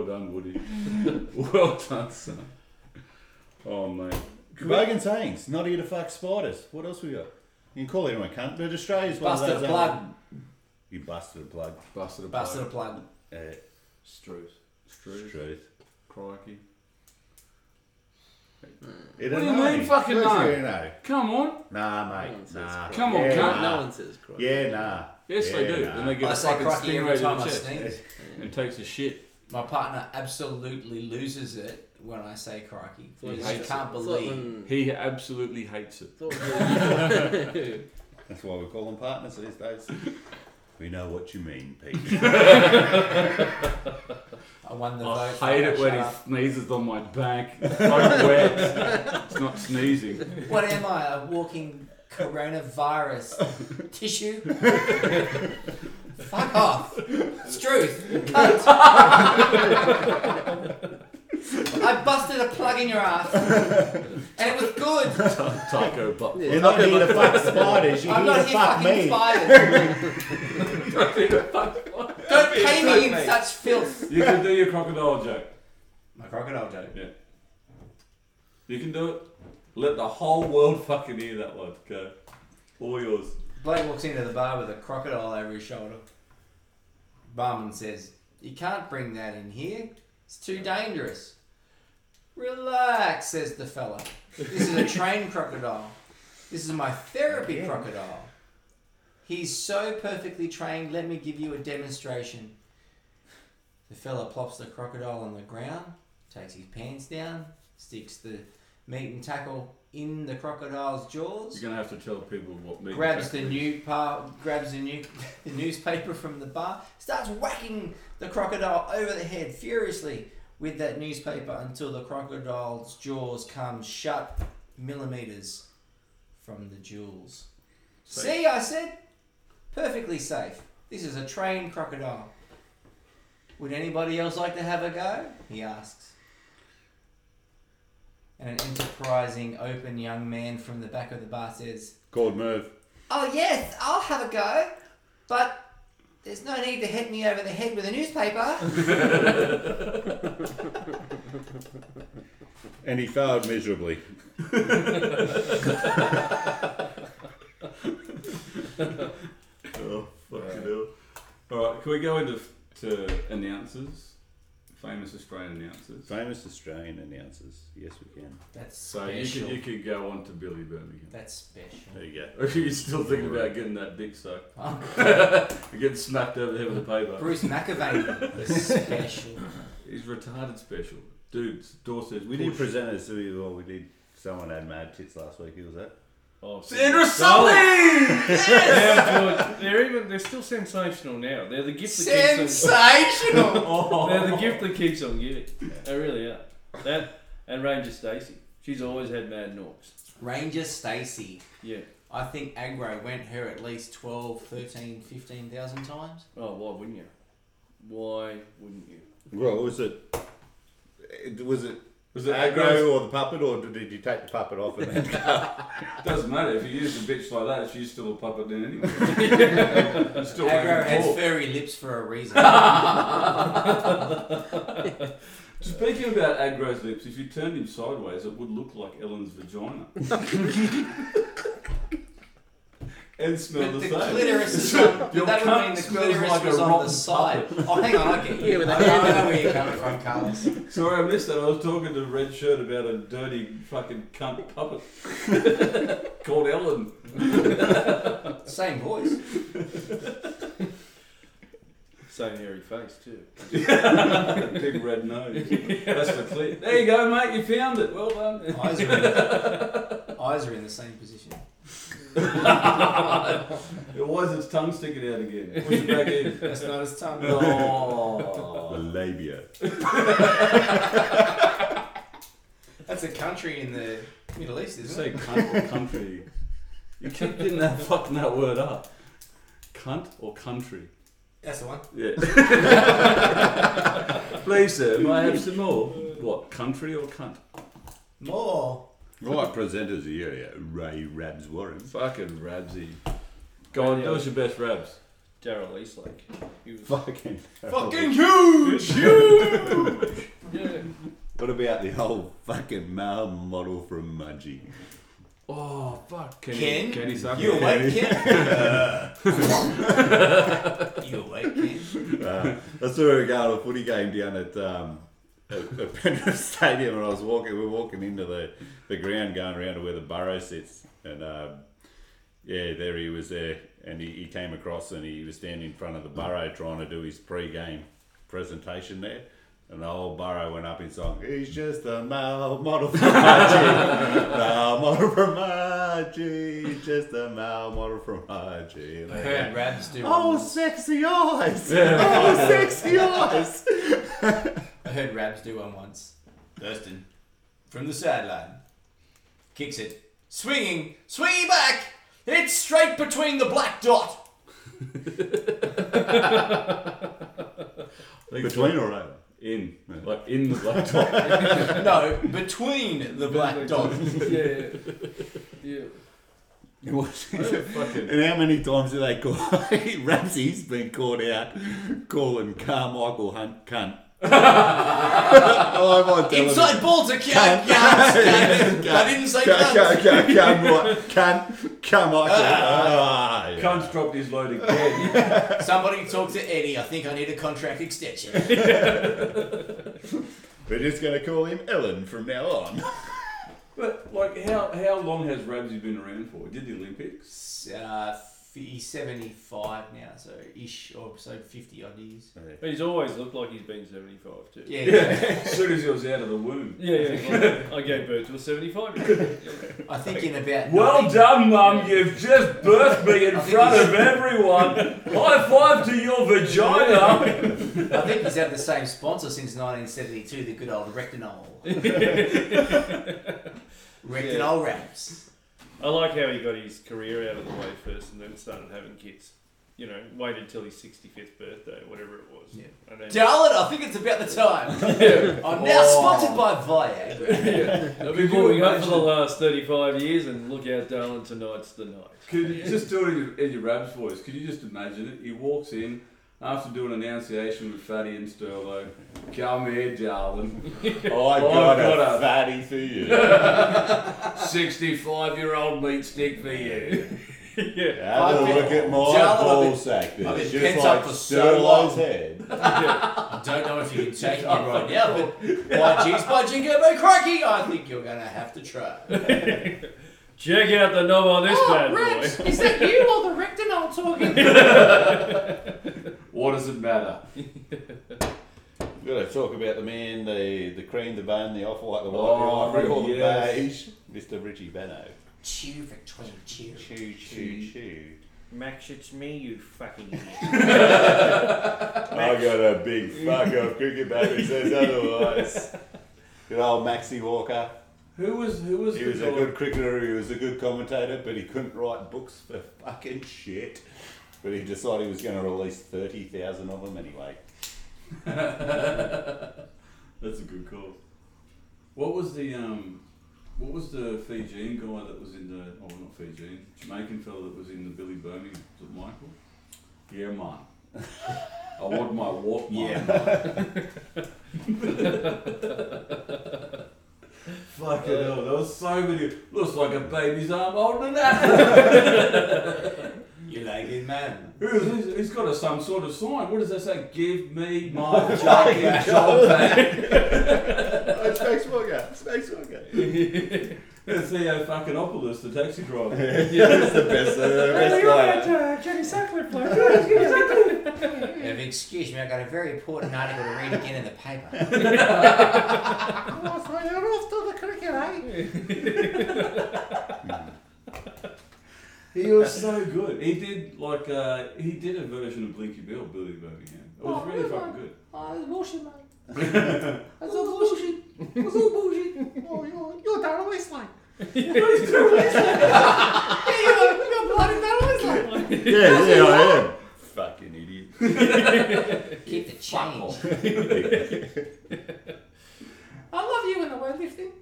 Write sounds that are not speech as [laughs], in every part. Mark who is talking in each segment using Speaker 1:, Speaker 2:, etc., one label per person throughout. Speaker 1: done, Woody. [laughs] well done, son. Oh, mate.
Speaker 2: Grogan sayings, not here to fuck spiders. What else we got? You can call anyone cunt, but Australia's one of
Speaker 3: Busted
Speaker 2: those.
Speaker 3: a
Speaker 2: um,
Speaker 3: plug.
Speaker 2: you busted a plug.
Speaker 1: Busted a
Speaker 3: Busted a
Speaker 1: bloke.
Speaker 3: plug.
Speaker 2: Uh,
Speaker 1: Struth.
Speaker 2: it's
Speaker 1: Struth.
Speaker 2: truth.
Speaker 1: Crikey.
Speaker 2: It
Speaker 1: What do
Speaker 2: don't
Speaker 1: you mean, fucking
Speaker 2: Of course
Speaker 1: no?
Speaker 2: you know.
Speaker 1: Come on.
Speaker 2: Nah,
Speaker 4: No
Speaker 2: mate.
Speaker 4: one says
Speaker 2: Nah.
Speaker 4: Christ.
Speaker 1: Come on,
Speaker 2: yeah,
Speaker 1: cunt.
Speaker 4: No
Speaker 2: Nah.
Speaker 4: one says Christ.
Speaker 2: Yeah, nah.
Speaker 1: Yes, they
Speaker 2: Yeah,
Speaker 1: do.
Speaker 2: nah.
Speaker 1: Then they get
Speaker 3: I
Speaker 1: a
Speaker 3: say
Speaker 1: fucking
Speaker 3: crikey every
Speaker 1: stingray to
Speaker 3: time
Speaker 1: the
Speaker 3: I
Speaker 1: chest
Speaker 3: sneeze.
Speaker 1: and takes a shit.
Speaker 3: My partner absolutely loses it when I say crikey.
Speaker 4: It's like-
Speaker 3: She
Speaker 4: it's
Speaker 3: can't
Speaker 4: like
Speaker 3: believe.
Speaker 4: when-
Speaker 1: He absolutely hates it.
Speaker 4: [laughs] it's like when-
Speaker 2: That's why we call them partners these days. we know what you mean, Pete.
Speaker 3: I won the
Speaker 1: I
Speaker 3: vote.
Speaker 1: hate it when
Speaker 3: Shut
Speaker 1: he
Speaker 3: up.
Speaker 1: sneezes on my
Speaker 3: [laughs]
Speaker 1: back. It's so wet. It's not sneezing.
Speaker 3: What am I? A walking coronavirus tissue? Fuck off. It's truth. Cunt. I busted a plug in your ass. And it was good.
Speaker 1: Taco butt. [laughs]
Speaker 2: You're not here to fuck spiders. You're
Speaker 3: I'm
Speaker 2: here
Speaker 3: not
Speaker 2: to
Speaker 3: here
Speaker 2: fuck
Speaker 3: fucking
Speaker 2: me.
Speaker 3: spiders.
Speaker 1: you
Speaker 3: Don't pay me in
Speaker 1: mate.
Speaker 3: such filth.
Speaker 1: can do your crocodile joke.
Speaker 3: My crocodile joke.
Speaker 1: Yeah. You can do it. Let the whole world fucking hear that one. Go. All yours.
Speaker 3: Blake walks into the bar with a crocodile over his shoulder. Barman says, You can't bring that in here. It's too dangerous. Relax, says the fella. This is a trained crocodile. This is my therapy crocodile. He's so perfectly trained, let me give you a demonstration. The fella plops the crocodile on the ground, takes his pants down, sticks the meat and tackle in the crocodile's jaws
Speaker 1: You're gonna have to tell people what meat.
Speaker 3: grabs
Speaker 1: exactly
Speaker 3: the
Speaker 1: is.
Speaker 3: new pa- grabs the new the newspaper from the bar, starts whacking the crocodile over the head furiously with that newspaper until the crocodile's jaws come shut millimeters from the jewels.
Speaker 1: Safe.
Speaker 3: See, I said, perfectly safe. This is a trained crocodile. Would anybody else like to have a go? He asks. And an enterprising, open young man from the back of the bar says,
Speaker 2: Called Merv.
Speaker 3: Oh, yes, I'll have a go. But there's no need to hit me over the head with
Speaker 1: [laughs]
Speaker 3: a newspaper.
Speaker 2: And he failed miserably.
Speaker 1: Oh fucking hell! All right, can we go into to announcers? Famous Australian announcers.
Speaker 2: Famous Australian announcers. Yes, we can.
Speaker 3: That's
Speaker 1: So you could, you could go on to Billy Birmingham. [laughs]
Speaker 3: That's special.
Speaker 2: There you go.
Speaker 1: Or are you still thinking about getting that dick sucked? You're getting smacked over the head with a paper.
Speaker 3: Oh, Bruce McAvaney
Speaker 1: [laughs]
Speaker 3: is special.
Speaker 1: He's retarded special. Dudes, Dorsey's.
Speaker 2: We did presenters. So we, well, we did. Someone had mad tits last week. Who was that?
Speaker 4: Oh,
Speaker 1: Sandra
Speaker 4: Sully!
Speaker 1: Sully!
Speaker 4: Now, George, they're even they're still sensational now. They're the gift that keeps on
Speaker 3: Sensational!
Speaker 4: They're the gift that keeps on giving. They really are. That and Ranger Stacey. She's always had mad norks.
Speaker 3: [laughs] Ranger Stacey.
Speaker 4: Yeah.
Speaker 3: I think Agro went her at least 12, 13, 15,000 times.
Speaker 4: Oh, why wouldn't you? Why wouldn't you?
Speaker 2: Well, was it? it- Was it?
Speaker 1: Was it
Speaker 2: The
Speaker 1: aggro?
Speaker 2: aggro or the puppet, or did you take the puppet off and [laughs] then
Speaker 1: Doesn't matter. If you use a bitch like that, she's still a puppet then anyway. It's still
Speaker 3: Agro
Speaker 1: Agro
Speaker 3: has furry lips for
Speaker 1: [laughs]
Speaker 3: a reason.
Speaker 1: Speaking about Agro's lips, if you turned him sideways, it would look like Ellen's vagina. and smell
Speaker 3: But
Speaker 1: the,
Speaker 3: the
Speaker 1: same. [laughs]
Speaker 3: clitoris is on,
Speaker 1: Your
Speaker 3: that would
Speaker 1: cunt
Speaker 3: mean the
Speaker 1: smells
Speaker 3: clitoris
Speaker 1: like a
Speaker 3: was on the
Speaker 1: rotten
Speaker 3: side. Oh, hang
Speaker 1: [laughs]
Speaker 3: on, I get you.
Speaker 4: Yeah, with a
Speaker 3: I
Speaker 4: hand-
Speaker 3: know where you're coming from, Carlos.
Speaker 1: Sorry, I missed that. I was talking to Red Shirt about a dirty fucking cunt puppet called Ellen. [laughs]
Speaker 3: Same voice.
Speaker 4: Same hairy face too.
Speaker 1: Big red nose. That's the clip. There you go, mate. You found it. Well done.
Speaker 3: Eyes are in, eyes are in the same position.
Speaker 1: [laughs] It was its tongue sticking out [laughs] again. Push it back in.
Speaker 3: That's not his tongue.
Speaker 2: the
Speaker 1: Oh.
Speaker 2: labia?
Speaker 3: That's a country in the Middle East,
Speaker 1: You
Speaker 3: isn't
Speaker 1: say
Speaker 3: it?
Speaker 1: cunt or country. You keep getting that fucking that word up. Cunt or country.
Speaker 3: That's the one.
Speaker 1: Yeah. [laughs] Please, sir, may I have some more? What, country or cunt?
Speaker 3: More.
Speaker 2: Right, presenters of the year, Ray Rabs Warren.
Speaker 1: Fucking Rabsy. Go on, do us your best Rabs.
Speaker 4: Daryl Eastlake. He was
Speaker 2: Fucking.
Speaker 3: Fucking huge!
Speaker 2: about the whole fucking male model from Mudgee?
Speaker 1: Oh fuck,
Speaker 3: Ken,
Speaker 1: Kenny, Kenny Sucker.
Speaker 3: you
Speaker 1: [laughs]
Speaker 3: awake, Ken? you awake, Ken?
Speaker 2: Uh, I saw her go to a footy game down at um, at, at Penrith [laughs] Stadium, and I was walking. We were walking into the, the ground, going around to where the burrow sits, and um, yeah, there he was there, and he, he came across, and he was standing in front of the burrow trying to do his pre-game presentation there. And the whole burrow went up in song. He's just a male model for Haji. male model from Haji. Just a male model from Haji. And I go,
Speaker 3: Heard Rabs do.
Speaker 2: Oh,
Speaker 3: One,
Speaker 2: sexy eyes! Oh, sexy eyes!
Speaker 3: I heard Rabs do one once. Thurston from the sideline kicks it, swinging, swinging back. It's straight between the black dot.
Speaker 2: Between or over?
Speaker 1: in, like in the laptop.
Speaker 3: No, between the black dot.
Speaker 4: yeah, yeah.
Speaker 3: [laughs]
Speaker 2: It
Speaker 1: [laughs]
Speaker 2: was.
Speaker 1: fucking.
Speaker 2: [laughs] and how many times did they call? [laughs] Ramsey's been caught out calling Carmichael Hunt cunt. [laughs] oh, I'm on television.
Speaker 3: Inside balls are
Speaker 2: Cunt. [laughs]
Speaker 3: cat. I didn't say that.
Speaker 2: Cunt, cunt, Carmichael. Ah, yeah.
Speaker 1: [laughs] Cunt's dropped his load again.
Speaker 3: Somebody talk to Eddie. I think I need a contract extension. Uh,
Speaker 2: We're just going to call him Ellen from now on.
Speaker 1: But like, how how long has Ramsey been around for? Did the Olympics?
Speaker 3: uh, f- he's 75 now, so ish, or so 50 odd years.
Speaker 4: But he's always looked like he's been 75 too.
Speaker 3: Yeah,
Speaker 1: as soon as he was out of the womb.
Speaker 4: Yeah, [laughs] yeah. like, I gave birth to a 75 year [laughs] old.
Speaker 3: I think in about.
Speaker 1: Well
Speaker 3: nine-
Speaker 1: done, Mum. You've just birthed me [laughs] in front of everyone. High five to your vagina.
Speaker 3: I think he's had the same sponsor since 1972, the good old Rectinol. Rectinol wraps.
Speaker 4: I like how he got his career out of the way first and then started having kids. You know, waited till his 65th birthday, whatever it was.
Speaker 3: Yeah.
Speaker 4: And then,
Speaker 3: Darling, I think it's about the time. I'm now
Speaker 1: Oh.
Speaker 3: sponsored by Viagra.
Speaker 4: I've
Speaker 1: Could
Speaker 4: been
Speaker 1: you
Speaker 4: warming up for the
Speaker 1: imagine-
Speaker 4: last 35 years and look out, darling, tonight's the night.
Speaker 1: Could you just do it in your, in your Rabs voice? Could you just imagine it? He walks in after doing an enunciation with Fatty and Sterlo. Come here, darling.
Speaker 2: [laughs] Oh, I
Speaker 1: got a
Speaker 2: fatty for you.
Speaker 1: 65 year old meat stick for you.
Speaker 4: [laughs] yeah.
Speaker 2: Have a
Speaker 3: I've been-
Speaker 2: look at my
Speaker 3: Jarl, I've been-
Speaker 2: ball sack there.
Speaker 3: I've been
Speaker 2: Just
Speaker 3: pent
Speaker 2: like
Speaker 3: up for so long.
Speaker 2: Sterlo's head.
Speaker 3: I don't know if you can [laughs] take it right now, but by jeez, by jingo, by crikey, I think you're going to have to
Speaker 4: [laughs]
Speaker 3: try.
Speaker 4: Check out the knob on this bad boy.
Speaker 3: Oh, is that you or the Rectinol talking?
Speaker 4: [laughs]
Speaker 1: What does it matter?
Speaker 2: [laughs] We've got to talk about the man, the, the cream, the bun, the off white, the white,
Speaker 1: Oh,
Speaker 2: the ivory, all the
Speaker 1: yes.
Speaker 2: beige. Mr. Richie Beno.
Speaker 3: Chew, Victoria, chew.
Speaker 2: Choo choo choo.
Speaker 4: Max, it's me, you fucking [laughs]
Speaker 2: I got a big fuck off cricket bat that says [laughs] otherwise. Good old Maxie Walker.
Speaker 1: Who was who was
Speaker 2: He
Speaker 1: the
Speaker 2: was a
Speaker 1: guy-
Speaker 2: good cricketer, he was a good commentator, but he couldn't write books for fucking shit. But he decided he was going to release 30,000 of them [laughs] anyway.
Speaker 1: [laughs] That's a good call. What was the um, what was the Fijian guy that was in the oh not Fijian Jamaican fella that was in the Billy Birmingham? Was it Michael? Yeah, man. I want my walk, man. [laughs] Fucking hell, there was so many. Looks like a baby's arm holding that.
Speaker 3: You like it, man.
Speaker 1: Who's, who's, he's got a, some sort of sign. What does that say? Give me my fucking job back.
Speaker 2: Oh, it's Max Walker. It's Max Walker.
Speaker 1: It's Theo E fucking Opolis, the taxi
Speaker 2: [laughs]
Speaker 1: driver.
Speaker 2: That's the best. Uh, the best line.
Speaker 4: Jenny Sackler
Speaker 3: If, excuse me, I got a very important article to read again in the paper.
Speaker 1: He was so good. He did like uh, he did a version of Blinky Bill, Billy Birmingham. It was really fucking good.
Speaker 5: Ah, it's bullshit, mate. That's all bullshit. That's all bullshit. Oh, you're, you're down the waistline. yeah, you're, you're bloody down the waistline.
Speaker 2: Yeah, yeah, I am. Fucking idiot. [laughs]
Speaker 3: Keep the change.
Speaker 5: I love you in the weightlifting.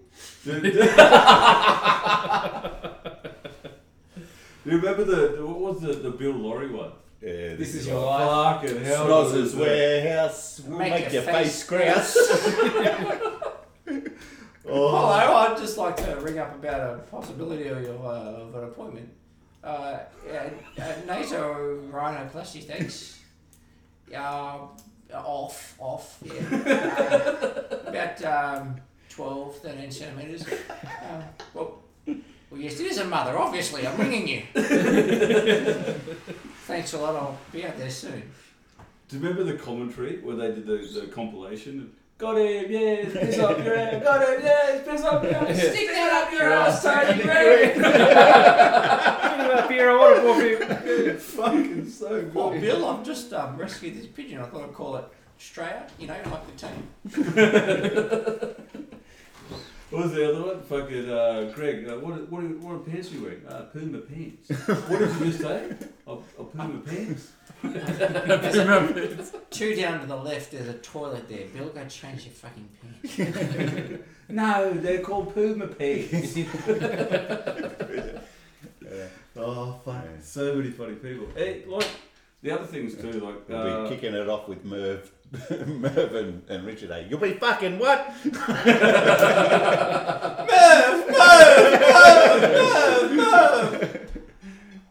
Speaker 1: Do you remember the, the what was the, the Bill Laurie one?
Speaker 2: Yeah,
Speaker 3: This is
Speaker 2: your
Speaker 3: your life.
Speaker 1: Fucking hell.
Speaker 2: Snoz's warehouse. We'll make, your face grouse. Oh,
Speaker 3: Hello, I'd just like to ring up about a possibility of, uh, of an appointment. Uh, at, at NATO rhinoplasty, thanks. Uh, off, off, yeah. Uh, about um, 12, 13 centimetres. Uh, well, well, yes, it is a mother, obviously. I'm ringing you. Thanks a lot. I'll be out there soon.
Speaker 1: Do you remember the commentary where they did the, the compilation? Of, got him, yeah, piss up your ass. Got him, yeah, piss up your ass.
Speaker 3: Stick that up your ass, Tony Green!
Speaker 4: up here, I want to walk in.
Speaker 1: Fucking so
Speaker 3: Well,
Speaker 1: good.
Speaker 3: Bill, I've just um, rescued this pigeon. I thought I'd call it Straya, you know, like the team.
Speaker 1: What was the other one? Fucking uh, Greg. Uh, what what what pants are you wearing? Uh, Puma pants. what did you just say? A, a Puma pants.
Speaker 3: There's a- two down to the left, there's a toilet there. Bill, go change your fucking pants.
Speaker 1: [laughs] No, they're called Puma [laughs] pants. oh fuck!
Speaker 2: Yeah.
Speaker 1: So many funny people. Eh, like the other things too. Like
Speaker 2: [laughs] We'll
Speaker 1: uh,
Speaker 2: be kicking it off with Merv, [laughs] Merv and, and Richard. eh? You'll be fucking what?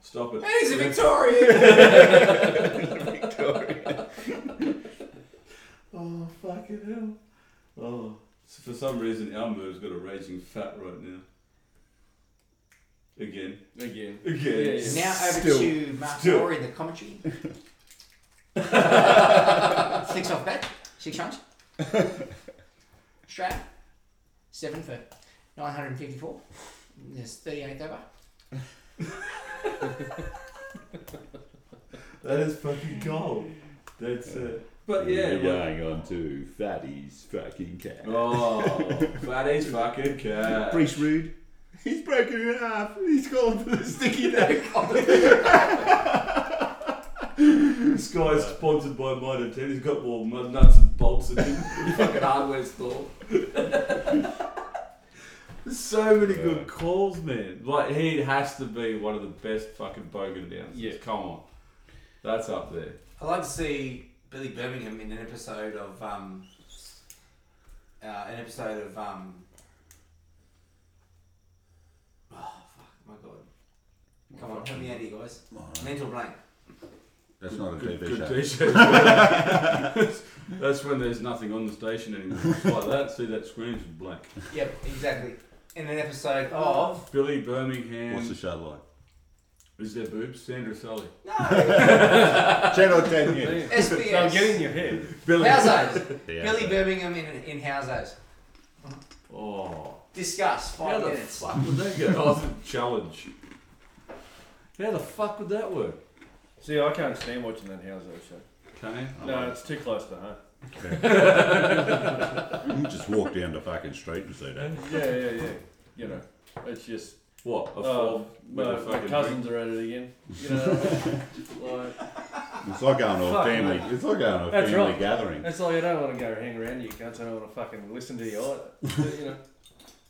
Speaker 1: stop it.
Speaker 3: And he's a Victorian!
Speaker 1: Oh fucking hell! Oh, so for some reason Elmer's got a raging fat right now. Again,
Speaker 4: Again.
Speaker 1: again.
Speaker 4: Yeah, yeah.
Speaker 3: now over
Speaker 2: Still.
Speaker 3: to Mark
Speaker 1: Still.
Speaker 3: Rory in the commentary. six off bat, six runs. Straya, seven for 954. There's 38 over.
Speaker 1: That is fucking gold. That's it. But yeah.
Speaker 2: We're
Speaker 1: like-
Speaker 2: going on to Fatty's fucking cat.
Speaker 1: oh, fatty's fucking cat.
Speaker 2: Breach Rude. He's broken in half. He's calling for
Speaker 1: [laughs]
Speaker 2: the sticky neck.
Speaker 1: This guy's sponsored by Mitre 10. He's got more mud nuts and bolts than his [laughs] fucking hardware store. There's so many
Speaker 2: Yeah.
Speaker 1: good calls, man. Like, he has to be one of the best fucking bogan announcers.
Speaker 4: Yeah.
Speaker 1: Come on. That's up there.
Speaker 5: I'd like to see Billy Birmingham in an episode of um, uh, an episode of um. Oh fuck! My god! Come on, help me out here, guys. Mental blank.
Speaker 2: That's not a
Speaker 1: Good,
Speaker 2: TV
Speaker 1: good
Speaker 2: show. [laughs]
Speaker 1: t-shirt. [laughs] That's when there's nothing on the station anymore. It's like that. See, that screen's black.
Speaker 5: Yep, exactly. In an episode
Speaker 1: [laughs]
Speaker 5: of
Speaker 1: Billy Birmingham.
Speaker 2: What's the show
Speaker 1: Is there boobs? Sandra Sully.
Speaker 2: like?
Speaker 1: [laughs]
Speaker 2: Channel 10
Speaker 4: uh,
Speaker 2: News.
Speaker 5: SBS.
Speaker 4: So I'm getting your head.
Speaker 1: Billy.
Speaker 2: [laughs]
Speaker 5: Housos.
Speaker 2: The
Speaker 5: Billy
Speaker 2: Outback.
Speaker 5: Birmingham in in Housos.
Speaker 1: Oh.
Speaker 5: Discuss
Speaker 1: How
Speaker 5: five
Speaker 1: the
Speaker 5: minutes.
Speaker 1: fuck would that get off the challenge? How the fuck would that work?
Speaker 4: See, I can't stand watching that house show.
Speaker 1: Can you?
Speaker 4: No, it's too close to home.
Speaker 2: You just walk down the fucking street and see
Speaker 4: [laughs]
Speaker 2: that.
Speaker 4: Yeah, yeah, yeah. You know, it's just.
Speaker 1: What? A
Speaker 4: Oh,
Speaker 1: fob with
Speaker 4: my,
Speaker 1: a
Speaker 4: my
Speaker 1: fucking
Speaker 4: cousins are at it again. You [laughs] know, like,
Speaker 2: It's like going to a
Speaker 4: Fuck,
Speaker 2: family. It's like going to a
Speaker 4: That's
Speaker 2: family
Speaker 4: right.
Speaker 2: gathering.
Speaker 4: it's like I don't want to go hang around you cunts. I don't want to fucking listen to you [laughs] either. You know,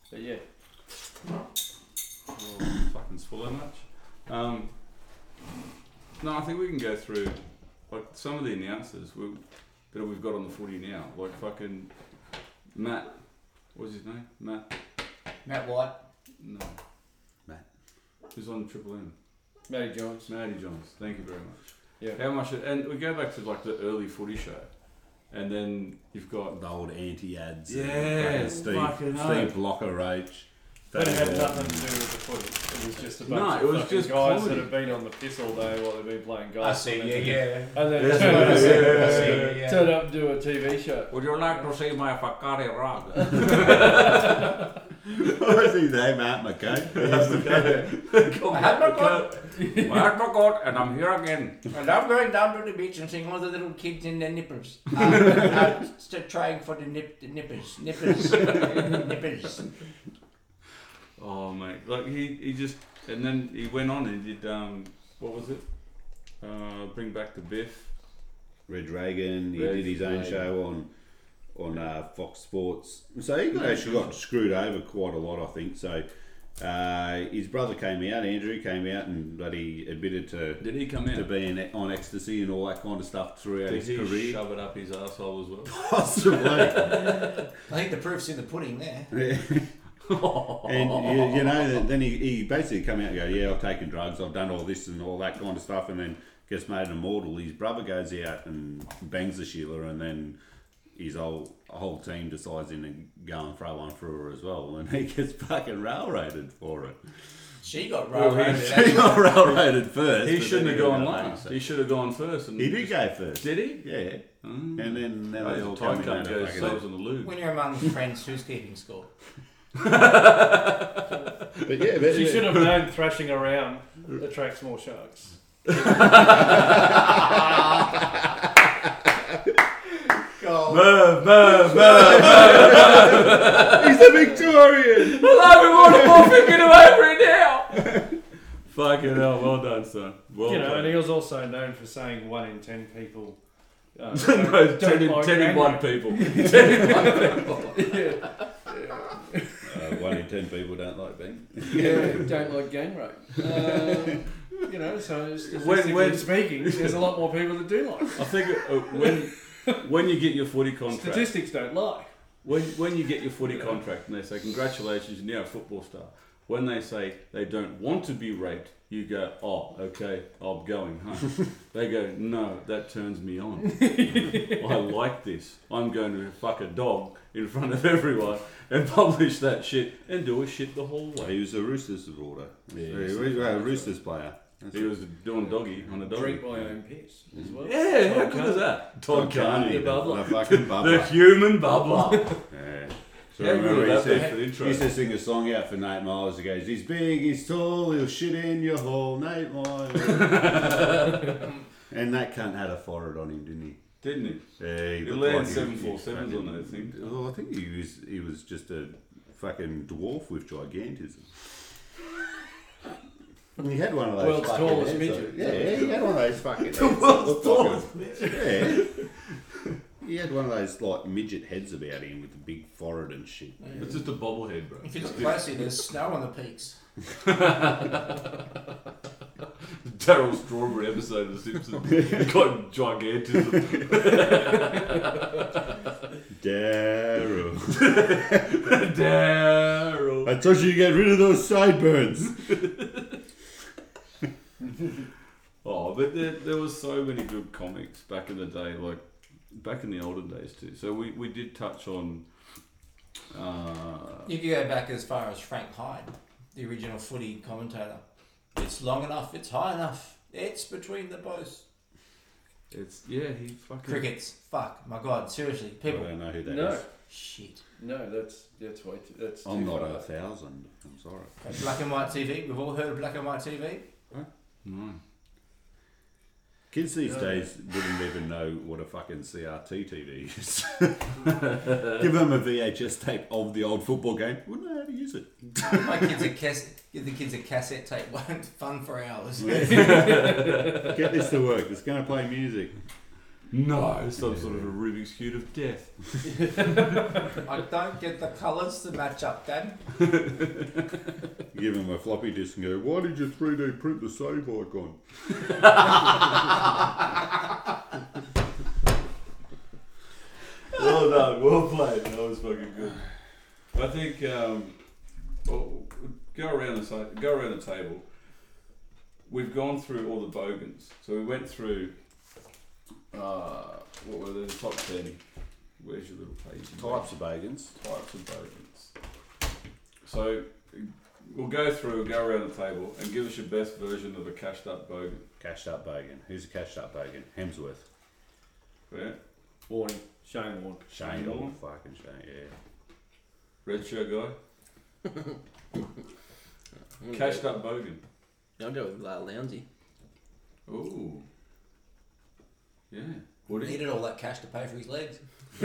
Speaker 4: but yeah.
Speaker 1: drink. Fucking swallow much. Um, no, I think we can go through like some of the announcers we, that we've got on the footy now. Like fucking Matt. What was his name? Matt.
Speaker 3: Matt White.
Speaker 1: No.
Speaker 2: Matt.
Speaker 1: Who's on Triple M?
Speaker 4: Matty Johns.
Speaker 1: Matty Johns. Thank you very much.
Speaker 4: Yeah.
Speaker 1: How much? And we go back to like the early footy show, and then you've got
Speaker 2: The old anti ads.
Speaker 1: Yeah, fucking
Speaker 2: Steve,
Speaker 1: hell.
Speaker 2: Steve Blocker H.
Speaker 4: That had nothing to do with the footy. It was just a bunch
Speaker 1: No,
Speaker 4: of
Speaker 1: it was
Speaker 4: fucking
Speaker 1: just
Speaker 4: guys
Speaker 1: comedy.
Speaker 4: that have been on the piss all day while they've been playing golf. and then-
Speaker 3: yeah.
Speaker 4: And then
Speaker 1: Yeah,
Speaker 4: turn, up,
Speaker 1: yeah, yeah,
Speaker 4: turn-
Speaker 3: yeah.
Speaker 4: turn up and do a TV show.
Speaker 1: Would you like to see my Fakari rug?
Speaker 2: [laughs] What is his name? Matt McCain. That's the guy.
Speaker 3: I have not got-
Speaker 1: I forgot, and I'm here again.
Speaker 3: I love going down to the beach and seeing all the little kids in their nippers. Uh, uh, st- trying for the, nip, the nippers. Nippers. nippers.
Speaker 1: Oh mate, like he, he just and then he went on and did um what was it? Uh, bring back the Biff.
Speaker 2: Red Reagan. He
Speaker 1: Red
Speaker 2: did his own
Speaker 1: Reagan.
Speaker 2: show on on uh, Fox Sports. So he got, actually got screwed over quite a lot, I think. So uh, his brother came out, Andrew came out, and bloody admitted to
Speaker 1: Did he come
Speaker 2: to
Speaker 1: in?
Speaker 2: being on ecstasy and all that kind of stuff throughout
Speaker 1: Did
Speaker 2: his
Speaker 1: he
Speaker 2: career.
Speaker 1: shove it up his asshole as well?
Speaker 2: Possibly.
Speaker 5: I think
Speaker 3: think the proof's in the pudding there.
Speaker 2: and you, you know,
Speaker 1: [laughs]
Speaker 2: that then he, he basically come out and go, yeah, I've taken drugs, I've done all this and all that kind of stuff, and then gets made immortal. His brother goes out and bangs the Sheila, and then his whole whole team decides in to go and throw one through her as well, and he gets fucking railroaded for it. [laughs]
Speaker 3: She got
Speaker 1: Well, he-
Speaker 3: railroaded.
Speaker 2: he got railroaded first.
Speaker 1: He
Speaker 2: but
Speaker 1: shouldn't
Speaker 2: then
Speaker 1: have
Speaker 2: got
Speaker 1: gone
Speaker 2: railroaded
Speaker 1: last.
Speaker 2: second.
Speaker 1: He should have gone first. And
Speaker 2: He did go first.
Speaker 1: Did he?
Speaker 2: Yeah.
Speaker 1: Mm.
Speaker 2: And then now they
Speaker 1: Oh,
Speaker 2: all
Speaker 1: the time
Speaker 2: come in
Speaker 1: cut
Speaker 2: and have a
Speaker 1: goes
Speaker 2: fucking-
Speaker 1: themselves on the loo.
Speaker 3: when you're among friends, who's keeping score?
Speaker 2: But yeah,
Speaker 4: [laughs]
Speaker 2: but
Speaker 4: She
Speaker 1: [laughs]
Speaker 4: should have known thrashing around attracts more sharks.
Speaker 2: Merv, Merv, Merv, [laughs] He's a Victorian.
Speaker 1: Hello, everyone. I'm all thinking over it now. Fucking hell. Well done, son. Well
Speaker 4: you know, and
Speaker 1: done.
Speaker 4: he was also known for saying one in ten people.
Speaker 1: [laughs]
Speaker 4: Uh,
Speaker 1: [laughs] no,
Speaker 4: don't
Speaker 1: ten, in,
Speaker 4: like
Speaker 1: ten in
Speaker 4: Andrew.
Speaker 1: one people. Ten in one. [laughs]
Speaker 4: yeah,
Speaker 2: Uh, one in ten people don't like Ben.
Speaker 4: yeah, don't like gang rape. Um, you know, so statistically
Speaker 1: [laughs] when-
Speaker 4: speaking, there's a lot more people that do like. it.
Speaker 1: I think uh, when when you get your footy contract,
Speaker 4: Statistics don't lie.
Speaker 1: When, when you get your footy contract and they say, Congratulations, you're now a football star. When they say they don't want to be raped, you go, Oh, okay, I'm going
Speaker 2: [laughs]
Speaker 1: home. they go, No, that turns me on. I like this. I'm going to fuck a dog in front of everyone and publish that shit and do a shit the whole
Speaker 2: Well,
Speaker 1: way.
Speaker 2: he was a Roosters supporter.
Speaker 1: Yeah,
Speaker 2: he
Speaker 1: he's
Speaker 2: was
Speaker 1: a-
Speaker 2: a Roosters player. That's
Speaker 1: He
Speaker 2: it.
Speaker 1: was doing doggy on a doggy.
Speaker 4: Drink my own piss as well.
Speaker 1: Mm. Yeah, how
Speaker 4: Todd
Speaker 1: good is
Speaker 4: Carney.
Speaker 1: that?
Speaker 2: Todd Carney,
Speaker 1: the bubbler.
Speaker 2: The [laughs] fucking
Speaker 1: The
Speaker 2: bubbler.
Speaker 1: human bubbler.
Speaker 2: yeah. [laughs] So
Speaker 1: How good
Speaker 2: remember,
Speaker 1: is
Speaker 2: he
Speaker 1: that bit for
Speaker 2: said,
Speaker 1: the
Speaker 2: he
Speaker 1: intro?
Speaker 2: used to sing a song out for Nate Miles. He goes, "He's big, he's tall, he'll shit in your hole, Nate [laughs] Miles." and that cunt had a forehead on him, didn't he?
Speaker 1: Didn't he?
Speaker 2: Yeah, he
Speaker 1: He
Speaker 2: looked
Speaker 1: landed
Speaker 2: like he-
Speaker 1: 747s
Speaker 2: he-
Speaker 1: on that thing.
Speaker 2: Oh, I think he was he was just a fucking dwarf with gigantism. he had one of those.
Speaker 4: World's
Speaker 2: fucking
Speaker 4: tallest
Speaker 2: heads,
Speaker 4: midget.
Speaker 2: though. Yeah, he had one of those
Speaker 4: [laughs]
Speaker 2: fucking. the
Speaker 1: world's tallest
Speaker 2: Yeah. He had one of those like midget heads about him with the big forehead and shit.
Speaker 1: It's just a bobblehead, bro.
Speaker 3: If you look closely, there's snow on the peaks.
Speaker 1: Daryl Strawberry episode of The Simpsons. It got gigantism.
Speaker 2: Daryl,
Speaker 1: Daryl.
Speaker 2: I told you to get rid of those sideburns.
Speaker 1: Oh, but there, there was so many good comics back in the day, like back in the olden days too. So we, we did touch on. Uh,
Speaker 3: You could go back as far as Frank Hyde, the original footy commentator. It's long enough, it's high enough, it's between the posts.
Speaker 1: it's yeah, he fucking
Speaker 3: Crickets, fuck, my god, seriously,
Speaker 2: I
Speaker 3: people,
Speaker 2: don't know who that is.
Speaker 4: No,
Speaker 3: shit.
Speaker 4: no, that's that's way too. That's
Speaker 2: I'm
Speaker 4: too
Speaker 2: not
Speaker 4: far.
Speaker 2: a thousand. I'm sorry.
Speaker 3: Black and white TV, we've all heard of black and white TV.
Speaker 1: No.
Speaker 2: Kids these
Speaker 4: Yeah.
Speaker 2: days wouldn't even know what a fucking CRT TV is. [laughs] Give them a VHS tape of the old football game. Wouldn't know how to use it.
Speaker 3: My kids a cassette, give the kids a cassette tape, [laughs] won't fun for hours.
Speaker 2: Get this to work. It's going to play music.
Speaker 1: No, some sort of a Rubik's Cube of death.
Speaker 3: I don't get the colours to match up, Dad.
Speaker 2: Give them a floppy disk and go, why did you 3D print the save icon?
Speaker 1: [laughs] well done, well played. That was fucking good. I think um, well, go around the si- go around the table. We've gone through all the bogans, so we went through. Uh, what were they? The top thirty. Where's your little page?
Speaker 2: Types of bacons.
Speaker 1: Types of bogans. So we'll go through, go around the table, and give us your best version of a cashed up bogan.
Speaker 2: Cashed up bagan. Who's a cashed up bagan? Hemsworth.
Speaker 1: Yeah.
Speaker 4: Warning, shame warning.
Speaker 2: Shane.
Speaker 1: Shane.
Speaker 2: Oh, fucking Shane, yeah.
Speaker 1: Red shirt guy.
Speaker 2: [laughs]
Speaker 1: cashed up bogan.
Speaker 6: I'll go with uh, Lounsey.
Speaker 1: Ooh. Yeah. Would he?
Speaker 3: Needed all that cash to pay for his legs. [laughs]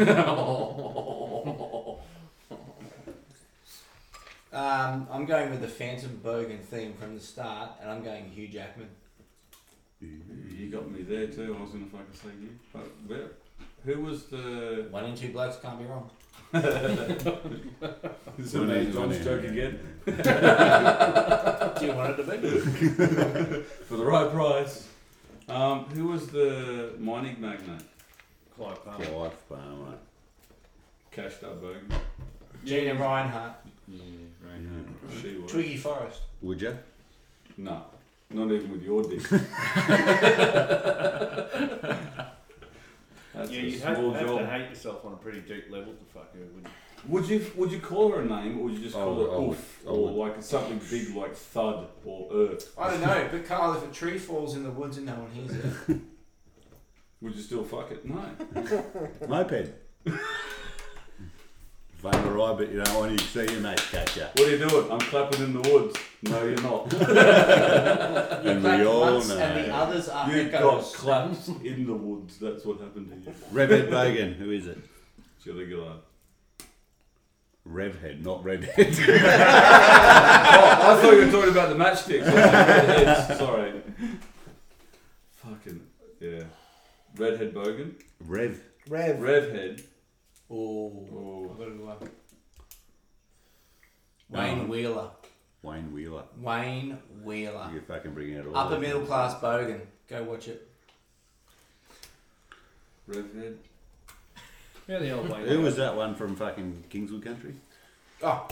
Speaker 3: Um, I'm going with the Phantom Bogan theme from the start, and I'm going Hugh Jackman.
Speaker 1: You got me there too. I was gonna fucking say you. But where? Who was the?
Speaker 3: One in two blokes can't be wrong.
Speaker 1: [laughs] Is
Speaker 2: One
Speaker 1: that
Speaker 2: in, one
Speaker 1: John's
Speaker 2: in.
Speaker 1: joke again? [laughs]
Speaker 3: Do you want it to be?
Speaker 1: For the right price. Um, who was the mining magnate?
Speaker 4: Clive Palmer.
Speaker 2: Clive Palmer.
Speaker 1: Cash up Bergen.
Speaker 3: Gina Reinhardt,
Speaker 1: Yeah, Reinhardt. She was.
Speaker 3: Twiggy Forrest.
Speaker 2: Would you?
Speaker 1: No, not even with your dick. [laughs] That's
Speaker 4: yeah,
Speaker 1: a
Speaker 4: you'd have,
Speaker 1: small
Speaker 4: have
Speaker 1: job.
Speaker 4: to hate yourself on a pretty deep level to fuck her, wouldn't you?
Speaker 1: Would you would you call her a name, or would you just
Speaker 2: I
Speaker 1: call
Speaker 2: would-
Speaker 1: her
Speaker 2: I would-
Speaker 1: oof,
Speaker 2: I
Speaker 1: or
Speaker 2: would.
Speaker 1: like something big like thud or earth?
Speaker 3: I don't know, but Carl, if a tree falls in the woods and no one hears it,
Speaker 1: Would you still fuck it? No.
Speaker 2: [laughs] Moped. Van arrive, but you don't want to see your mate catch ya.
Speaker 1: What are you doing? I'm clapping in the woods. No, you're [laughs] not.
Speaker 2: And
Speaker 3: clap
Speaker 2: we all
Speaker 3: once and the
Speaker 2: know.
Speaker 3: others are
Speaker 1: you got
Speaker 3: echoes.
Speaker 1: claps in the woods. That's what happened to you.
Speaker 2: Redhead Bogan, who is it?
Speaker 1: Jilly [laughs] Gillard.
Speaker 2: Revhead, not [laughs] Redhead.
Speaker 1: Oh, I thought you were talking about the matchsticks. [laughs] Redheads, Sorry. Fucking yeah. Redhead Bogan.
Speaker 2: Rev.
Speaker 7: Rev.
Speaker 1: Revhead.
Speaker 3: Oh,
Speaker 1: Oh,
Speaker 3: I've got a good
Speaker 2: No.
Speaker 3: one. Wayne Wheeler.
Speaker 2: Wayne Wheeler.
Speaker 3: Wayne Wheeler.
Speaker 2: You're fucking bringing out all
Speaker 3: Upper
Speaker 2: the-
Speaker 3: middle class bogan. Go watch it.
Speaker 1: Revhead.
Speaker 4: Yeah, the
Speaker 1: [laughs]
Speaker 4: old way.
Speaker 2: Who was that one from fucking Kingswood Country?
Speaker 3: Oh.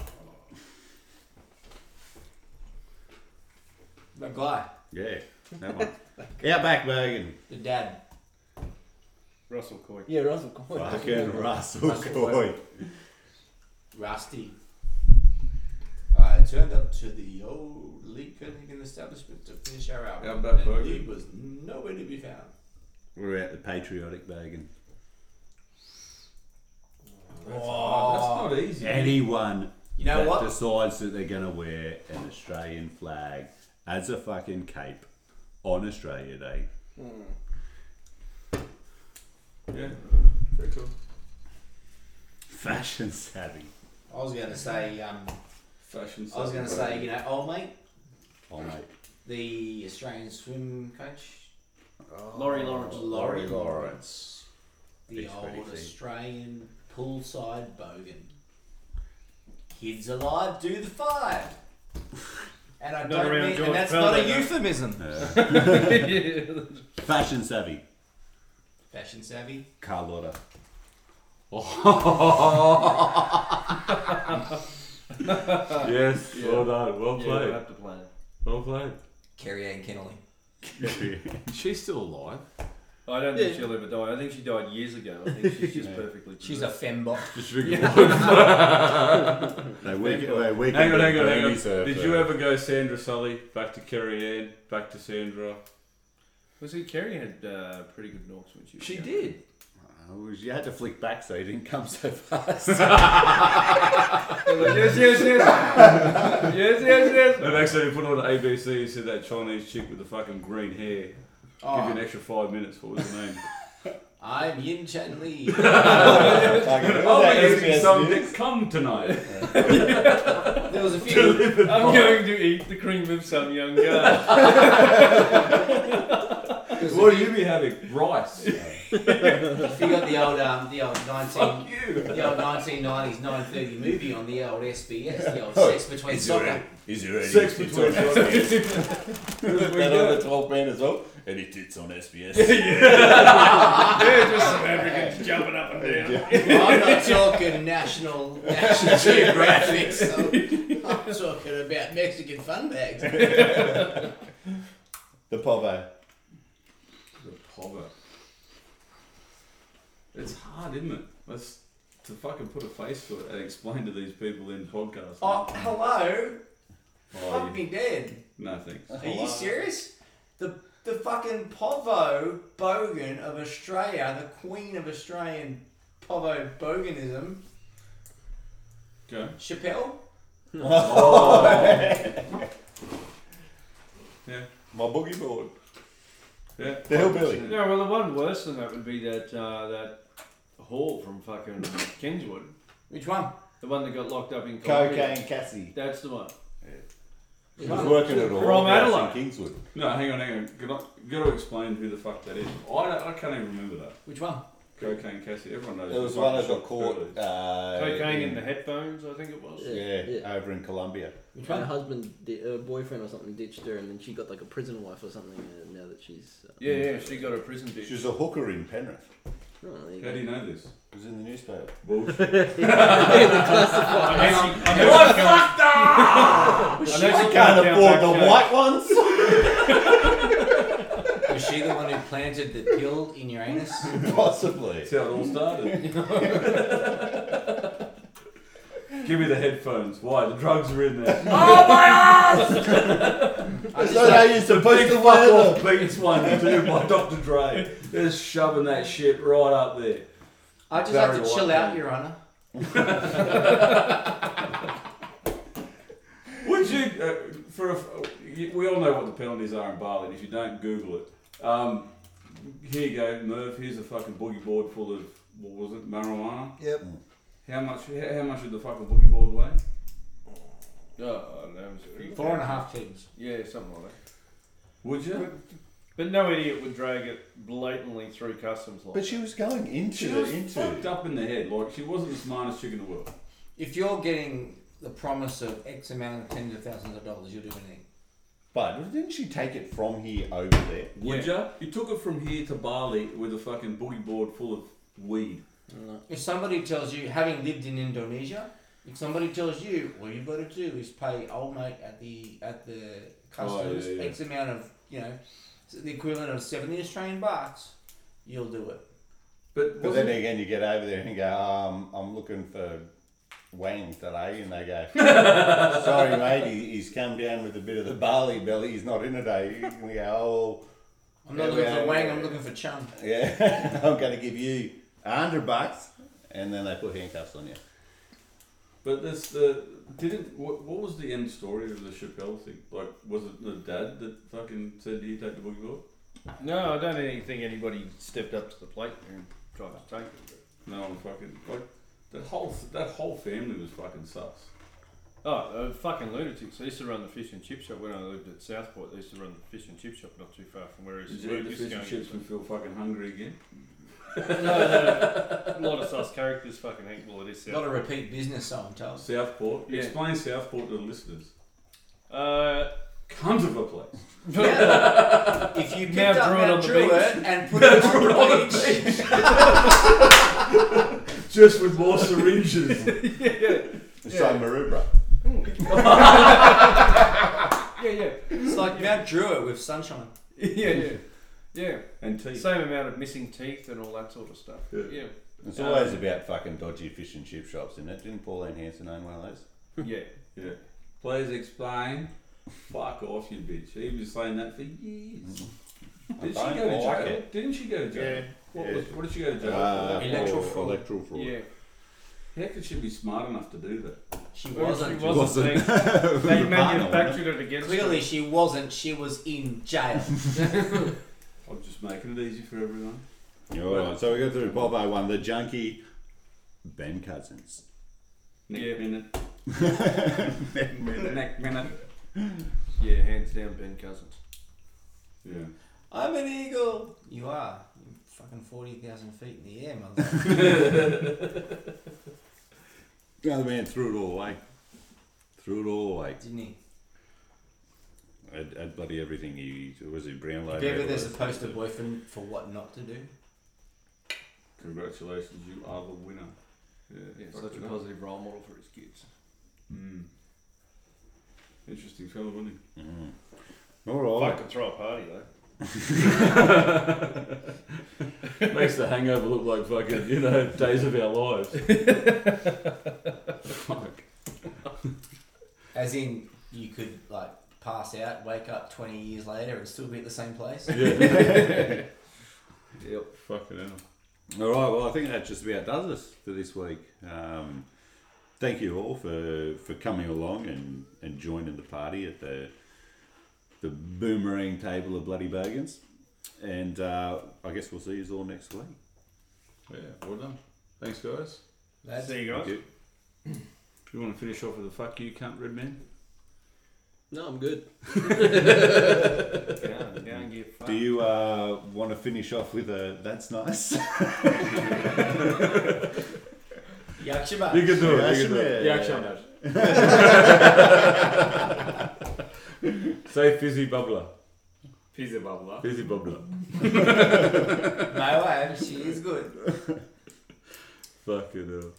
Speaker 3: The guy.
Speaker 2: Yeah, that [laughs] one. Outback Bogan.
Speaker 3: The dad.
Speaker 4: Russell Coy.
Speaker 7: Yeah, Russell Coy.
Speaker 2: [laughs] Fucking Russell,
Speaker 3: Russell
Speaker 2: Coy.
Speaker 3: Rusty. I turned up to the old Lincoln Higgin establishment to finish our hour.
Speaker 1: How about
Speaker 3: and
Speaker 1: Bogan?
Speaker 3: he was nowhere to be found.
Speaker 2: What about the patriotic Bogan?
Speaker 1: That's, hard. Oh, That's not easy.
Speaker 2: Anyone
Speaker 3: Oh. You know
Speaker 2: that
Speaker 3: what?
Speaker 2: decides that they're going to wear an Australian flag as a fucking cape on Australia Day.
Speaker 1: Yeah. Very cool.
Speaker 2: Fashion savvy.
Speaker 3: I was going to say, um,
Speaker 1: Fashion.
Speaker 3: I was going to say, you
Speaker 1: yeah.
Speaker 3: know, old mate,
Speaker 2: Oh, mate.
Speaker 3: the Australian swim coach,
Speaker 4: Laurie Lawrence.
Speaker 2: Laurie
Speaker 3: Laurie Lawrence, the
Speaker 2: He's pretty
Speaker 3: old
Speaker 2: thin.
Speaker 3: Australian poolside bogan. Kids alive, do the five. And I
Speaker 4: Not
Speaker 3: don't
Speaker 4: around
Speaker 3: mean,
Speaker 4: George
Speaker 3: and that's
Speaker 4: Perlman,
Speaker 3: not a
Speaker 4: though.
Speaker 3: euphemism.
Speaker 2: Uh,
Speaker 4: [laughs] Yeah.
Speaker 2: fashion savvy.
Speaker 3: Fashion savvy.
Speaker 1: [laughs]
Speaker 2: Carlotta.
Speaker 1: Yes.
Speaker 4: Yeah.
Speaker 1: Well done. Well
Speaker 4: Yeah,
Speaker 1: played.
Speaker 4: we'll have to play it.
Speaker 1: Well played.
Speaker 3: Carrie Ann Kennelly.
Speaker 1: [laughs] She's still alive.
Speaker 4: I don't think
Speaker 6: Yeah.
Speaker 4: she'll ever die. I think she died years ago. I think she's just
Speaker 2: Yeah.
Speaker 4: perfectly.
Speaker 3: She's a
Speaker 4: preserved.
Speaker 3: fembot.
Speaker 1: Just drink [laughs]
Speaker 2: they weak, they weak
Speaker 1: Hang on, hang on, hang on. Did you ever go Sandra Sully back to Kerry Ann, back to Sandra?
Speaker 4: Was he Kerry had uh, pretty good knocks when she was young.
Speaker 2: Oh, you had to flick back so you didn't come so fast.
Speaker 4: [laughs] yes, yes, yes. yes, yes,
Speaker 1: They've actually put on ABC and said that Chinese chick with the fucking green hair. Give you an
Speaker 3: Oh,
Speaker 1: extra five minutes. What was her name?
Speaker 3: I'm Yin Chen Lee.
Speaker 1: [laughs] Oh, I'll be using some that come tonight.
Speaker 3: there was a few.
Speaker 4: yes. I'm going to eat the cream of some young guy.
Speaker 1: what do you be having? Rice.
Speaker 3: If you got the old, um, the old 19,
Speaker 1: Fuck you.
Speaker 3: the old 1990s 9:30 movie on the old SBS, the old sex between soccer.
Speaker 2: Is there any
Speaker 1: Sex
Speaker 2: tits
Speaker 1: between [laughs]
Speaker 2: on SBS? That
Speaker 1: go.
Speaker 2: other 12 man as well? Any tits on
Speaker 1: [laughs]
Speaker 2: SBS?
Speaker 4: yeah, just some Africans jumping up and down.
Speaker 3: I'm not talking national, national geographics. I'm, I'm talking about Mexican fun bags.
Speaker 2: the eh? Povo.
Speaker 1: The pover. It's hard, isn't it? That's to fucking put a face to it and explain to these people in podcasts.
Speaker 3: Oh, hello.
Speaker 1: Oh,
Speaker 3: Fuck
Speaker 1: you-
Speaker 3: me dead.
Speaker 1: no thanks.
Speaker 3: Are you serious? The the fucking povo bogan of Australia, the queen of Australian povo boganism,
Speaker 1: Go.
Speaker 3: Chappelle.
Speaker 1: Yeah.
Speaker 2: My boogie board.
Speaker 1: Yeah.
Speaker 2: The hillbilly.
Speaker 4: Yeah, well, the one worse than that would be that uh, that hall from fucking Kingswood,
Speaker 3: Which one?
Speaker 4: the one that got locked up in
Speaker 2: Cocaine Cassie.
Speaker 4: That's the one.
Speaker 2: He was working at all.
Speaker 4: From
Speaker 2: house
Speaker 4: Adelaide.
Speaker 2: In Kingswood.
Speaker 1: No, hang on, hang on. Got to, got to explain who the fuck that is. I, don't, I can't even remember that.
Speaker 3: Which one?
Speaker 1: Cocaine Cassie. Everyone knows.
Speaker 2: There was
Speaker 1: the
Speaker 2: one that
Speaker 1: fucking shot
Speaker 2: got caught.
Speaker 1: early.
Speaker 2: Uh,
Speaker 4: Cocaine in the headphones, I think it was.
Speaker 6: Yeah.
Speaker 2: Yeah, over in Colombia.
Speaker 3: Which
Speaker 6: Her
Speaker 3: one?
Speaker 6: husband, di- her boyfriend or something, ditched her, and then she got like a prison wife or something. Uh, now that she's uh,
Speaker 4: Yeah, yeah, she got a prison
Speaker 2: She
Speaker 4: dish.
Speaker 2: was a hooker in Penrith.
Speaker 6: Oh, there you
Speaker 1: How do
Speaker 6: go.
Speaker 1: you know this?
Speaker 2: It was in the newspaper.
Speaker 1: Bullshit.
Speaker 4: I'm actually, I'm
Speaker 5: What
Speaker 4: actually
Speaker 5: the
Speaker 2: I
Speaker 4: going, I'm actually going down back to-
Speaker 2: ones. [laughs]
Speaker 5: Was she the one who planted the pill in your anus?
Speaker 2: Possibly.
Speaker 1: That's how it all started. [laughs] Give me the headphones. Why? The drugs are in there.
Speaker 2: That's not how you're supposed to
Speaker 1: Fuck
Speaker 2: wear
Speaker 1: off, Beats One and Two by Dr. Dre. They're shoving that shit right up there.
Speaker 3: I just
Speaker 1: Very
Speaker 3: have to chill
Speaker 1: likely.
Speaker 3: out, Your Honour.
Speaker 1: Would you, uh, for a, you- we all know what the penalties are in Bali, and if you don't Google it, um, here you go, Merv. Here's a fucking boogie board full of what was it, marijuana?
Speaker 6: Yep.
Speaker 2: Mm.
Speaker 1: How much? How, how much did the fucking boogie board weigh?
Speaker 4: oh, I don't know, it was a few-
Speaker 3: Four and a half kids.
Speaker 4: Yeah, something like that.
Speaker 1: Would you?
Speaker 4: But no idiot would drag it blatantly through customs like
Speaker 2: But she was going into
Speaker 1: She
Speaker 2: the
Speaker 1: was
Speaker 2: into.
Speaker 1: fucked up in the head. Like she wasn't the smartest chick in the world.
Speaker 3: If you're getting the promise of X amount of tens of thousands of dollars, you'll do anything.
Speaker 2: But didn't she take it from here over there?
Speaker 1: Would you? You took it from here to Bali with a fucking boogie board full of weed.
Speaker 3: If somebody tells you, having lived in Indonesia, if somebody tells you all you've got to do is pay old mate at the at the
Speaker 2: Oh,
Speaker 3: customs
Speaker 1: yeah, yeah.
Speaker 3: X amount of you know the equivalent of seventy Australian bucks, you'll do it.
Speaker 1: But,
Speaker 2: But then
Speaker 1: wasn't,
Speaker 2: again, you get over there and you go, um, I'm looking for Wang today, and they go, sorry mate, he, he's come down with a bit of the barley belly. He's not in today. And you go, "Oh,
Speaker 3: I'm not
Speaker 2: Yeah,
Speaker 3: looking
Speaker 2: yeah,
Speaker 3: for Wang,
Speaker 2: yeah.
Speaker 3: I'm looking for Chung.
Speaker 2: oh yeah, [laughs] I'm going to give you a hundred bucks, and then they put handcuffs on you.
Speaker 1: but this the didn't. What, what was the end story of the Chappelle thing? Like, was it the dad that fucking said you take the boogie board?
Speaker 4: No, I don't even think anybody stepped up to the plate there and tried to take it.
Speaker 1: No, I'm fucking like that whole that whole family was fucking sus.
Speaker 4: Oh, uh, fucking lunatics. I used to run the fish and chip shop when I lived at Southport. I used to run the fish and chip shop not too far from where I
Speaker 1: Did
Speaker 4: used
Speaker 1: you
Speaker 4: to work.
Speaker 1: eat the
Speaker 4: Used to
Speaker 1: fish
Speaker 4: go
Speaker 1: and chips and feel fucking hungry again?
Speaker 4: get- No, no, no. A lot of sus characters fucking hate well, it is
Speaker 3: Not a
Speaker 4: Southport.
Speaker 3: repeat business, so I'm told.
Speaker 1: Southport.
Speaker 4: Yeah.
Speaker 1: Explain Southport to the listeners.
Speaker 4: Uh, [laughs]
Speaker 1: Cunt of a place.
Speaker 3: Now, if you picked
Speaker 4: Now
Speaker 3: up
Speaker 4: draw it on
Speaker 3: Mount
Speaker 4: the
Speaker 3: Druitt and put it on the beach,
Speaker 1: Just with more syringes.
Speaker 2: [laughs] It's like Maroubra.
Speaker 4: yeah, yeah.
Speaker 3: it's like Mount Druitt with sunshine.
Speaker 4: Yeah, yeah. Yeah.
Speaker 1: and teeth.
Speaker 4: Same amount of missing teeth and all that sort of stuff.
Speaker 1: Yeah.
Speaker 4: Yeah.
Speaker 2: It's always about fucking dodgy fish and chip shops, isn't it? Didn't Pauline Hanson own one of those?
Speaker 4: Yeah.
Speaker 1: Yeah. Please explain. Fuck off, you bitch. He was saying that for years. Did she
Speaker 2: [laughs] I
Speaker 1: go to
Speaker 2: don't like
Speaker 1: jail?
Speaker 2: it.
Speaker 1: Didn't she go to jail?
Speaker 4: Yeah.
Speaker 1: What,
Speaker 2: Yeah.
Speaker 1: Was, what did she go to jail
Speaker 2: Uh,
Speaker 3: Electoral
Speaker 2: or-
Speaker 3: fraud.
Speaker 2: Electoral fraud. [laughs]
Speaker 4: Yeah.
Speaker 1: for? How could she be smart enough to do that?
Speaker 3: She
Speaker 4: Well,
Speaker 3: wasn't.
Speaker 4: She [laughs] wasn't. They, they manufactured it against her.
Speaker 3: Clearly, she wasn't. She was in jail.
Speaker 1: I'm just making it easy for everyone.
Speaker 2: All right, so we go through Bobo one, the junkie, Ben
Speaker 3: [laughs]
Speaker 2: Cousins.
Speaker 1: Neck
Speaker 4: Yeah.
Speaker 1: minute. Neck minute.
Speaker 4: Yeah, hands down, Ben Cousins.
Speaker 1: Yeah.
Speaker 3: I'm an eagle. You are. You're fucking 40,000 feet in the air, mother.
Speaker 2: The other man threw it all away. Threw it all away.
Speaker 3: Didn't he?
Speaker 2: Had, had bloody everything. He was it Brownlow.
Speaker 3: If ever
Speaker 2: medalist.
Speaker 3: there's a poster boy for, for what not to do.
Speaker 1: Congratulations, you are the winner.
Speaker 4: Yeah,
Speaker 1: fuck
Speaker 4: such a
Speaker 1: it up.
Speaker 4: positive role model for his kids.
Speaker 1: Mm. Interesting fellow, wasn't he?
Speaker 2: Mm. All right.
Speaker 4: Fucking throw a party though.
Speaker 1: [laughs] Makes the hangover look like fucking, you know, days of our lives. [laughs] Fuck.
Speaker 3: As in, you could, like, pass out, wake up 20 years later, and still be at the same place.
Speaker 1: Yeah.
Speaker 4: Yep.
Speaker 1: Fucking hell.
Speaker 2: All right. Well, I think that just about does us for this week. Um, thank you all for for coming along and, and joining the party at the the boomerang table of bloody bogans. And uh, I guess we'll see you all next week.
Speaker 1: Yeah, well done. Thanks, guys.
Speaker 3: That's
Speaker 4: See you
Speaker 2: Thank
Speaker 4: guys.
Speaker 2: you.
Speaker 1: You want to finish off with a fuck you cunt, red man?
Speaker 6: No, I'm good.
Speaker 4: Go and- go and get fucked.
Speaker 2: Do you uh, want to finish off with a "That's [laughs] nice"?
Speaker 3: Yakshima.
Speaker 1: You can do it. You can do it.
Speaker 2: Yeah,
Speaker 1: Say fizzy bubbler.
Speaker 4: Fizzy
Speaker 7: Fizzy bubbler.
Speaker 2: Fizzy bubbler.
Speaker 3: No way, she is good.
Speaker 2: Fucking hell.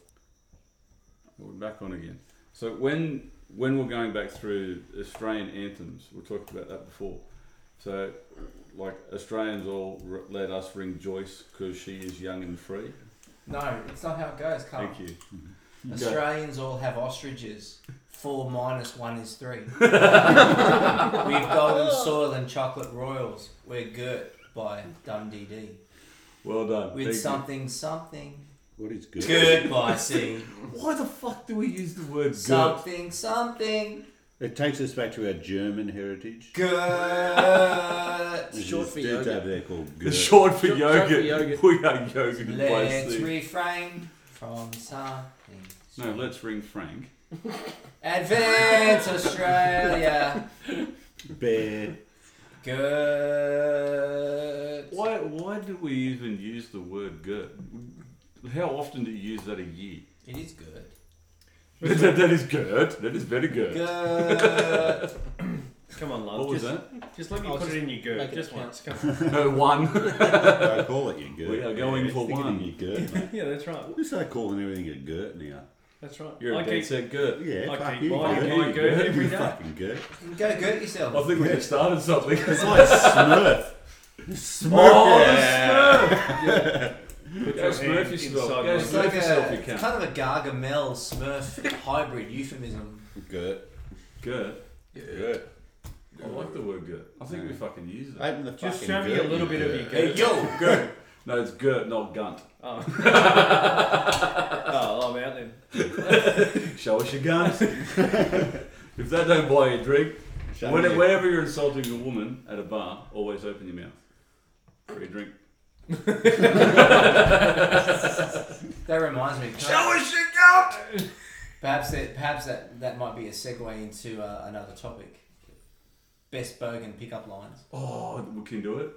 Speaker 1: We're back on again. So when when we're going back through Australian anthems, we talked about that before. So like Australians all r- let us ring Joyce because she is young and free.
Speaker 3: No, it's not how it goes, Carl.
Speaker 1: Thank you. Mm-hmm.
Speaker 3: Australians all have ostriches. Four minus one
Speaker 1: [laughs]
Speaker 3: is three. We've golden soil and chocolate royals. We're girt by Dundee D.
Speaker 1: Well done.
Speaker 3: With
Speaker 1: Thank you.
Speaker 3: something something.
Speaker 2: What is good?
Speaker 3: Girt by C.
Speaker 1: Why the fuck do we use the word good?
Speaker 3: Something something.
Speaker 2: It takes us back to our German heritage.
Speaker 3: Girt.
Speaker 2: There's
Speaker 6: Short
Speaker 2: this
Speaker 6: for
Speaker 2: dude
Speaker 6: yogurt.
Speaker 2: over there called
Speaker 1: It's
Speaker 2: Gerd.
Speaker 1: short for
Speaker 6: Short-
Speaker 1: yogurt.
Speaker 6: short for yogurt.
Speaker 1: We are yogurt by
Speaker 3: Let's
Speaker 1: sea.
Speaker 3: refrain from something.
Speaker 1: no, let's ring Frank. [laughs]
Speaker 3: Advance Australia.
Speaker 2: Bear.
Speaker 3: Good.
Speaker 1: Why why do we even use the word good? How often do you use that a year?
Speaker 3: It is good.
Speaker 1: [laughs] that, that is good. That is very good.
Speaker 3: Good.
Speaker 4: Come on, love.
Speaker 1: What was
Speaker 4: just,
Speaker 1: that?
Speaker 4: Just let me
Speaker 6: Oh,
Speaker 4: put
Speaker 6: just
Speaker 4: it in your
Speaker 6: make
Speaker 4: gerd.
Speaker 6: it
Speaker 4: Just
Speaker 6: count.
Speaker 4: once. [laughs] Come
Speaker 1: [laughs]
Speaker 4: on.
Speaker 1: No, one.
Speaker 2: I call it your Gert.
Speaker 1: We are going for
Speaker 2: Sticking
Speaker 1: one.
Speaker 2: in your Gert, mate.
Speaker 4: yeah, that's right.
Speaker 2: What is that calling everything a Gert now?
Speaker 4: That's right.
Speaker 1: You're a
Speaker 4: I
Speaker 1: dead
Speaker 4: keep,
Speaker 1: set good.
Speaker 2: Yeah,
Speaker 4: I
Speaker 2: fuck
Speaker 4: keep
Speaker 2: you.
Speaker 4: buying
Speaker 2: Gert.
Speaker 4: my Gert
Speaker 2: You
Speaker 4: every day.
Speaker 2: fucking Gert.
Speaker 3: Go girt yourself.
Speaker 1: I think we have started [laughs] something.
Speaker 2: It's like Smurf. Smurf.
Speaker 1: Oh,
Speaker 2: yeah.
Speaker 4: put
Speaker 1: Go
Speaker 4: your
Speaker 1: Smurf
Speaker 4: hand
Speaker 1: yourself.
Speaker 4: inside
Speaker 1: Go
Speaker 4: my
Speaker 1: Smurf.
Speaker 3: It's like
Speaker 1: yourself,
Speaker 3: a,
Speaker 1: you cunt.
Speaker 3: it's kind of a Gargamel Smurf hybrid euphemism.
Speaker 2: Gert.
Speaker 1: Good.
Speaker 2: Gert.
Speaker 1: I like the word good. I think we
Speaker 2: Yeah.
Speaker 1: fucking use it.
Speaker 2: Open the fucking
Speaker 4: Just show me
Speaker 2: Gert,
Speaker 4: a little
Speaker 2: you
Speaker 4: bit of
Speaker 2: Gert.
Speaker 4: your
Speaker 1: Hey,
Speaker 4: gerd.
Speaker 1: yo, good. [laughs] No, it's good, not gunt. [laughs]
Speaker 4: Oh. [laughs] oh, I'm out then.
Speaker 1: Show us your
Speaker 4: [laughs]
Speaker 1: guns. [laughs] if they don't buy you a drink,
Speaker 2: Show
Speaker 1: when,
Speaker 2: me your-
Speaker 1: whenever you're insulting a woman at a bar, always open your mouth for your drink.
Speaker 3: That reminds me. Show us your gout. Perhaps that, perhaps that, that might be a segue into uh, another topic. Best bogan pickup lines.
Speaker 1: Oh, we can do it.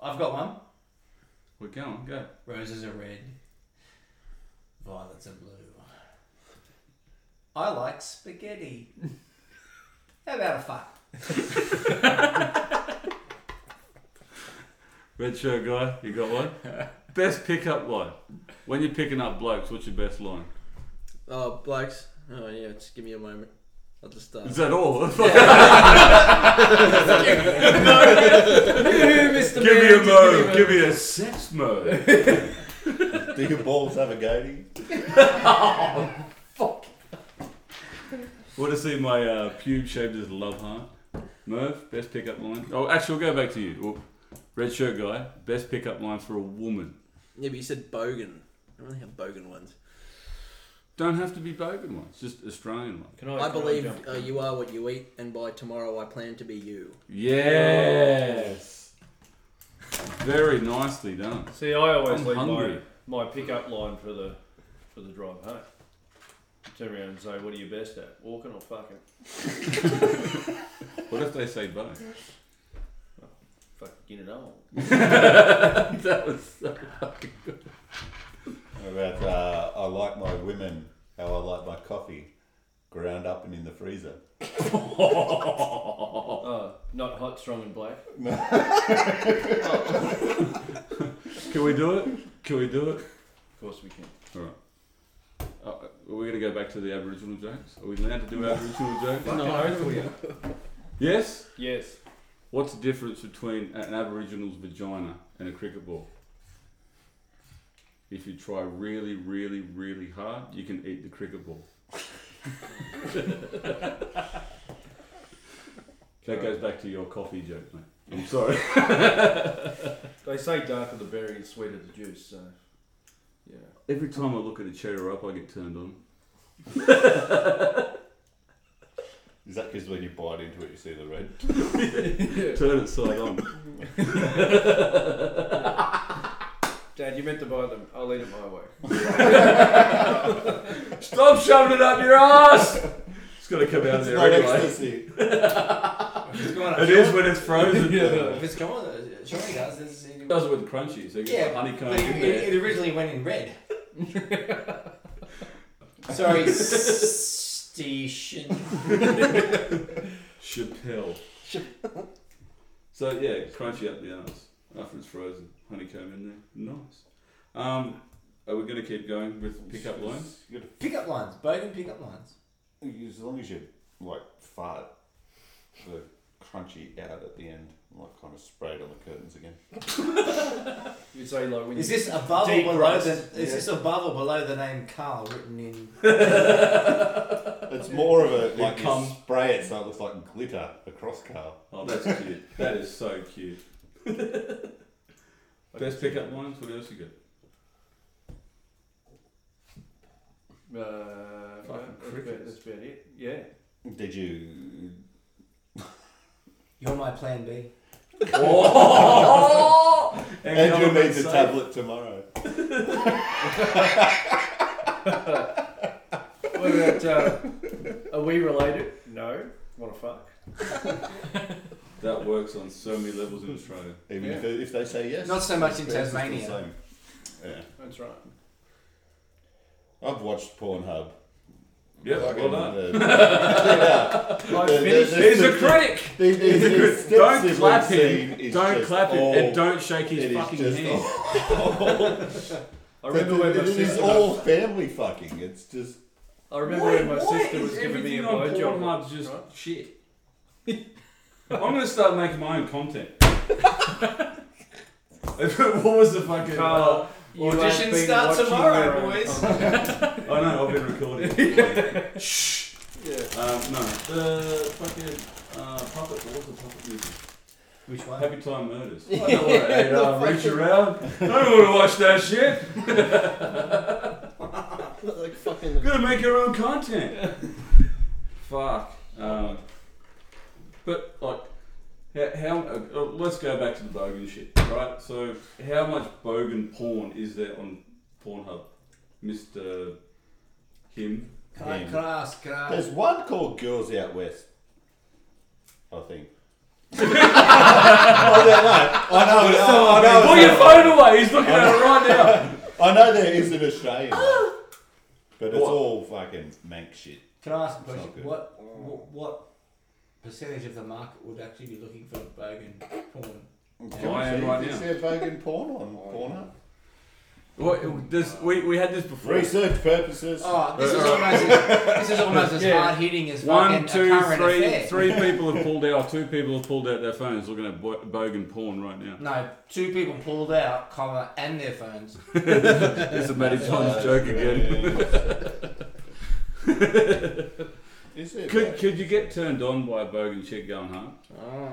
Speaker 3: I've got one.
Speaker 1: We're going. Go.
Speaker 3: Roses are red. Violets are blue. I like spaghetti. How about a fuck?
Speaker 1: Red shirt guy, you got
Speaker 6: [laughs]
Speaker 1: one? best pickup line. When you're picking up blokes, what's your best line?
Speaker 6: Oh, blokes. Oh, yeah, just give me a moment. I'll just uh, start.
Speaker 1: Is that all? [laughs]
Speaker 6: [laughs] Mr.
Speaker 1: give me a
Speaker 6: Man, just
Speaker 1: mode. Give me a sex mode.
Speaker 2: [laughs] Do your balls have a goatee?
Speaker 1: Want to see my uh, pube shaped as a love heart? Merv, best pickup line. Oh, actually, we'll go back to you. Well, red shirt guy, best pickup line for a woman.
Speaker 6: Yeah, but you said bogan. I don't have bogan ones.
Speaker 1: Don't have to be bogan ones, just Australian ones.
Speaker 4: Oh, Can I,
Speaker 6: I,
Speaker 4: can
Speaker 6: believe
Speaker 4: jump
Speaker 6: uh,
Speaker 4: in?
Speaker 6: you are what you eat, and by tomorrow I plan to be you.
Speaker 1: Yes. Very nicely done.
Speaker 4: See, I always
Speaker 1: I'm
Speaker 4: leave my,
Speaker 1: hungry.
Speaker 4: my pickup line for the for the drive home. Turn around and say, "What are you best at, walking or fucking?"
Speaker 1: What if they say both?
Speaker 4: Fuck, get
Speaker 1: [laughs]
Speaker 4: it on.
Speaker 1: that was so fucking good.
Speaker 2: How about uh, I like my women how I like my coffee, ground up and in the freezer.
Speaker 4: Oh, not hot, strong, and black.
Speaker 1: Can we do it? Can we do it?
Speaker 4: Of course we can.
Speaker 1: All right. Uh, are we going to go back to the Aboriginal jokes? Are we allowed to do Aboriginal jokes? Yes?
Speaker 4: Yes.
Speaker 1: What's the difference between an Aboriginal's vagina and a cricket ball? If you try really, really, really hard, you can eat the cricket ball. that goes back to your coffee joke, mate. I'm sorry.
Speaker 4: They say darker the berry and sweeter the juice. So,
Speaker 1: [laughs]
Speaker 4: yeah.
Speaker 1: Every time I look at a cheddar up, I get turned on.
Speaker 2: Is that because when you bite into it, you see the red?
Speaker 1: Turn it side on.
Speaker 4: Dad, you meant to buy them. I'll eat it my way.
Speaker 1: Stop shoving it up your ass! It's got to come out of there anyway.
Speaker 2: ecstasy.
Speaker 3: It's gone.
Speaker 1: It is when it's frozen.
Speaker 3: If it's gone, uh, sure he does. It's- it-
Speaker 1: It does it with crunchy, so you get
Speaker 3: Yeah,
Speaker 1: the honeycomb
Speaker 3: but
Speaker 1: in
Speaker 3: it,
Speaker 1: there.
Speaker 3: it originally went in red. Sorry, station.
Speaker 1: Chappelle. So yeah, crunchy up the arse after it's frozen. Honeycomb in there, nice. Um, are we going to keep going with pickup lines?
Speaker 2: You gotta-
Speaker 3: Pickup lines, Bowden pickup lines.
Speaker 2: As long as you like fart the crunchy out at the end, like kind of sprayed on the curtains again.
Speaker 4: You say like when
Speaker 3: Is
Speaker 4: you,
Speaker 3: this above or
Speaker 4: Deep
Speaker 3: below
Speaker 4: rust.
Speaker 3: the? Is
Speaker 4: Yeah.
Speaker 3: this above or below the name Carl written in?
Speaker 2: It's more of a like
Speaker 1: cum.
Speaker 2: you spray it so it looks like glitter across Carl.
Speaker 1: Oh,
Speaker 2: [laughs]
Speaker 1: that's cute. That is so cute. Best pickup lines. What else you got?
Speaker 4: Uh,
Speaker 1: Fucking
Speaker 4: no, that's, about,
Speaker 1: crickets.
Speaker 4: that's about it. Yeah.
Speaker 2: Did you?
Speaker 3: You're my plan B.
Speaker 2: [laughs]
Speaker 1: Oh!
Speaker 2: Andrew needs a tablet tomorrow.
Speaker 4: What about? Uh, are we related? No. What a fuck.
Speaker 1: That works on so many levels in Australia.
Speaker 2: Even
Speaker 4: Yeah.
Speaker 2: if, if they say yes.
Speaker 3: Not so much in
Speaker 2: It's the
Speaker 3: Tasmania.
Speaker 2: same. Yeah,
Speaker 4: That's right.
Speaker 2: I've watched Pornhub.
Speaker 1: Yeah,
Speaker 2: Fucking,
Speaker 1: well done.
Speaker 2: uh, [laughs] yeah.
Speaker 4: I've
Speaker 2: The- the-
Speaker 4: finished.
Speaker 2: the-
Speaker 1: He's a
Speaker 2: the-
Speaker 1: critic.
Speaker 2: the- the-
Speaker 1: He's a
Speaker 2: the
Speaker 1: critic.
Speaker 2: step
Speaker 1: Don't
Speaker 2: sibling
Speaker 1: clap
Speaker 2: scene
Speaker 1: him.
Speaker 2: is
Speaker 1: Don't
Speaker 2: just
Speaker 1: clap him.
Speaker 2: all-
Speaker 1: And don't shake
Speaker 2: it
Speaker 1: his
Speaker 2: is
Speaker 1: fucking
Speaker 2: just
Speaker 1: hand.
Speaker 2: all-
Speaker 4: I remember
Speaker 2: But
Speaker 4: when
Speaker 2: [laughs] it
Speaker 4: my
Speaker 2: is
Speaker 4: sister.
Speaker 2: all family fucking. It's just
Speaker 4: I remember
Speaker 1: Why-
Speaker 4: when my
Speaker 1: why
Speaker 4: sister
Speaker 1: is
Speaker 4: was giving me a
Speaker 1: everything on
Speaker 4: blowjob.
Speaker 1: Pornhub's just
Speaker 4: right?
Speaker 1: shit. I'm gonna start making my own
Speaker 4: [laughs]
Speaker 1: content. [laughs] what was the fucking?
Speaker 4: Carl, you have
Speaker 3: Auditions
Speaker 4: been
Speaker 3: start
Speaker 4: watching
Speaker 3: tomorrow,
Speaker 4: your own
Speaker 3: boys.
Speaker 4: content.
Speaker 1: I know I've been
Speaker 4: [laughs]
Speaker 1: recording. Shh.
Speaker 4: yeah.
Speaker 1: Um, no, the fucking uh, puppet. What was the puppet movie?
Speaker 3: Which one?
Speaker 1: Happy Time
Speaker 3: [laughs]
Speaker 1: Murders. I don't want to hey, uh, reach
Speaker 3: fucking-
Speaker 1: around. I don't want to watch that shit.
Speaker 6: like fucking.
Speaker 1: Gotta make your own content. [laughs] Fuck. Um, but like, how, how uh, uh, let's go back to the bogan shit, right? So, how much bogan porn is there on Pornhub, Mister Him?
Speaker 3: Can I,
Speaker 2: Him.
Speaker 3: can I ask? uh, Can I,
Speaker 2: there's one called Girls Out West. I think. [laughs] I don't know. I know.
Speaker 3: Oh,
Speaker 2: I know, I know,
Speaker 1: Put your phone away. He's looking at it right
Speaker 3: [laughs]
Speaker 1: now.
Speaker 2: I know there is an Australian, one, but it's
Speaker 1: What?
Speaker 2: all fucking mank shit.
Speaker 3: can I ask a
Speaker 2: It's not
Speaker 3: question?
Speaker 2: good.
Speaker 3: What, what what percentage of the market would actually be looking for Bogan porn?
Speaker 1: I am right now.
Speaker 2: there vegan porn on Pornhub?
Speaker 1: What, this, we, we had this before.
Speaker 2: Research purposes.
Speaker 3: Oh, this is almost as, this is almost
Speaker 1: [laughs]
Speaker 3: as
Speaker 4: Yeah.
Speaker 3: hard hitting as
Speaker 1: One,
Speaker 3: fucking a
Speaker 1: two,
Speaker 3: current
Speaker 1: three,
Speaker 3: affair.
Speaker 1: three
Speaker 3: [laughs]
Speaker 1: people have pulled out. Two people have pulled out their phones looking at bo- bogan porn right now. [laughs]
Speaker 3: No, two people pulled out, comma, and their phones.
Speaker 1: It's a Matty John's joke again. [laughs]
Speaker 2: is there
Speaker 1: Could, could you get turned on by a bogan chick going hard?
Speaker 6: Oh.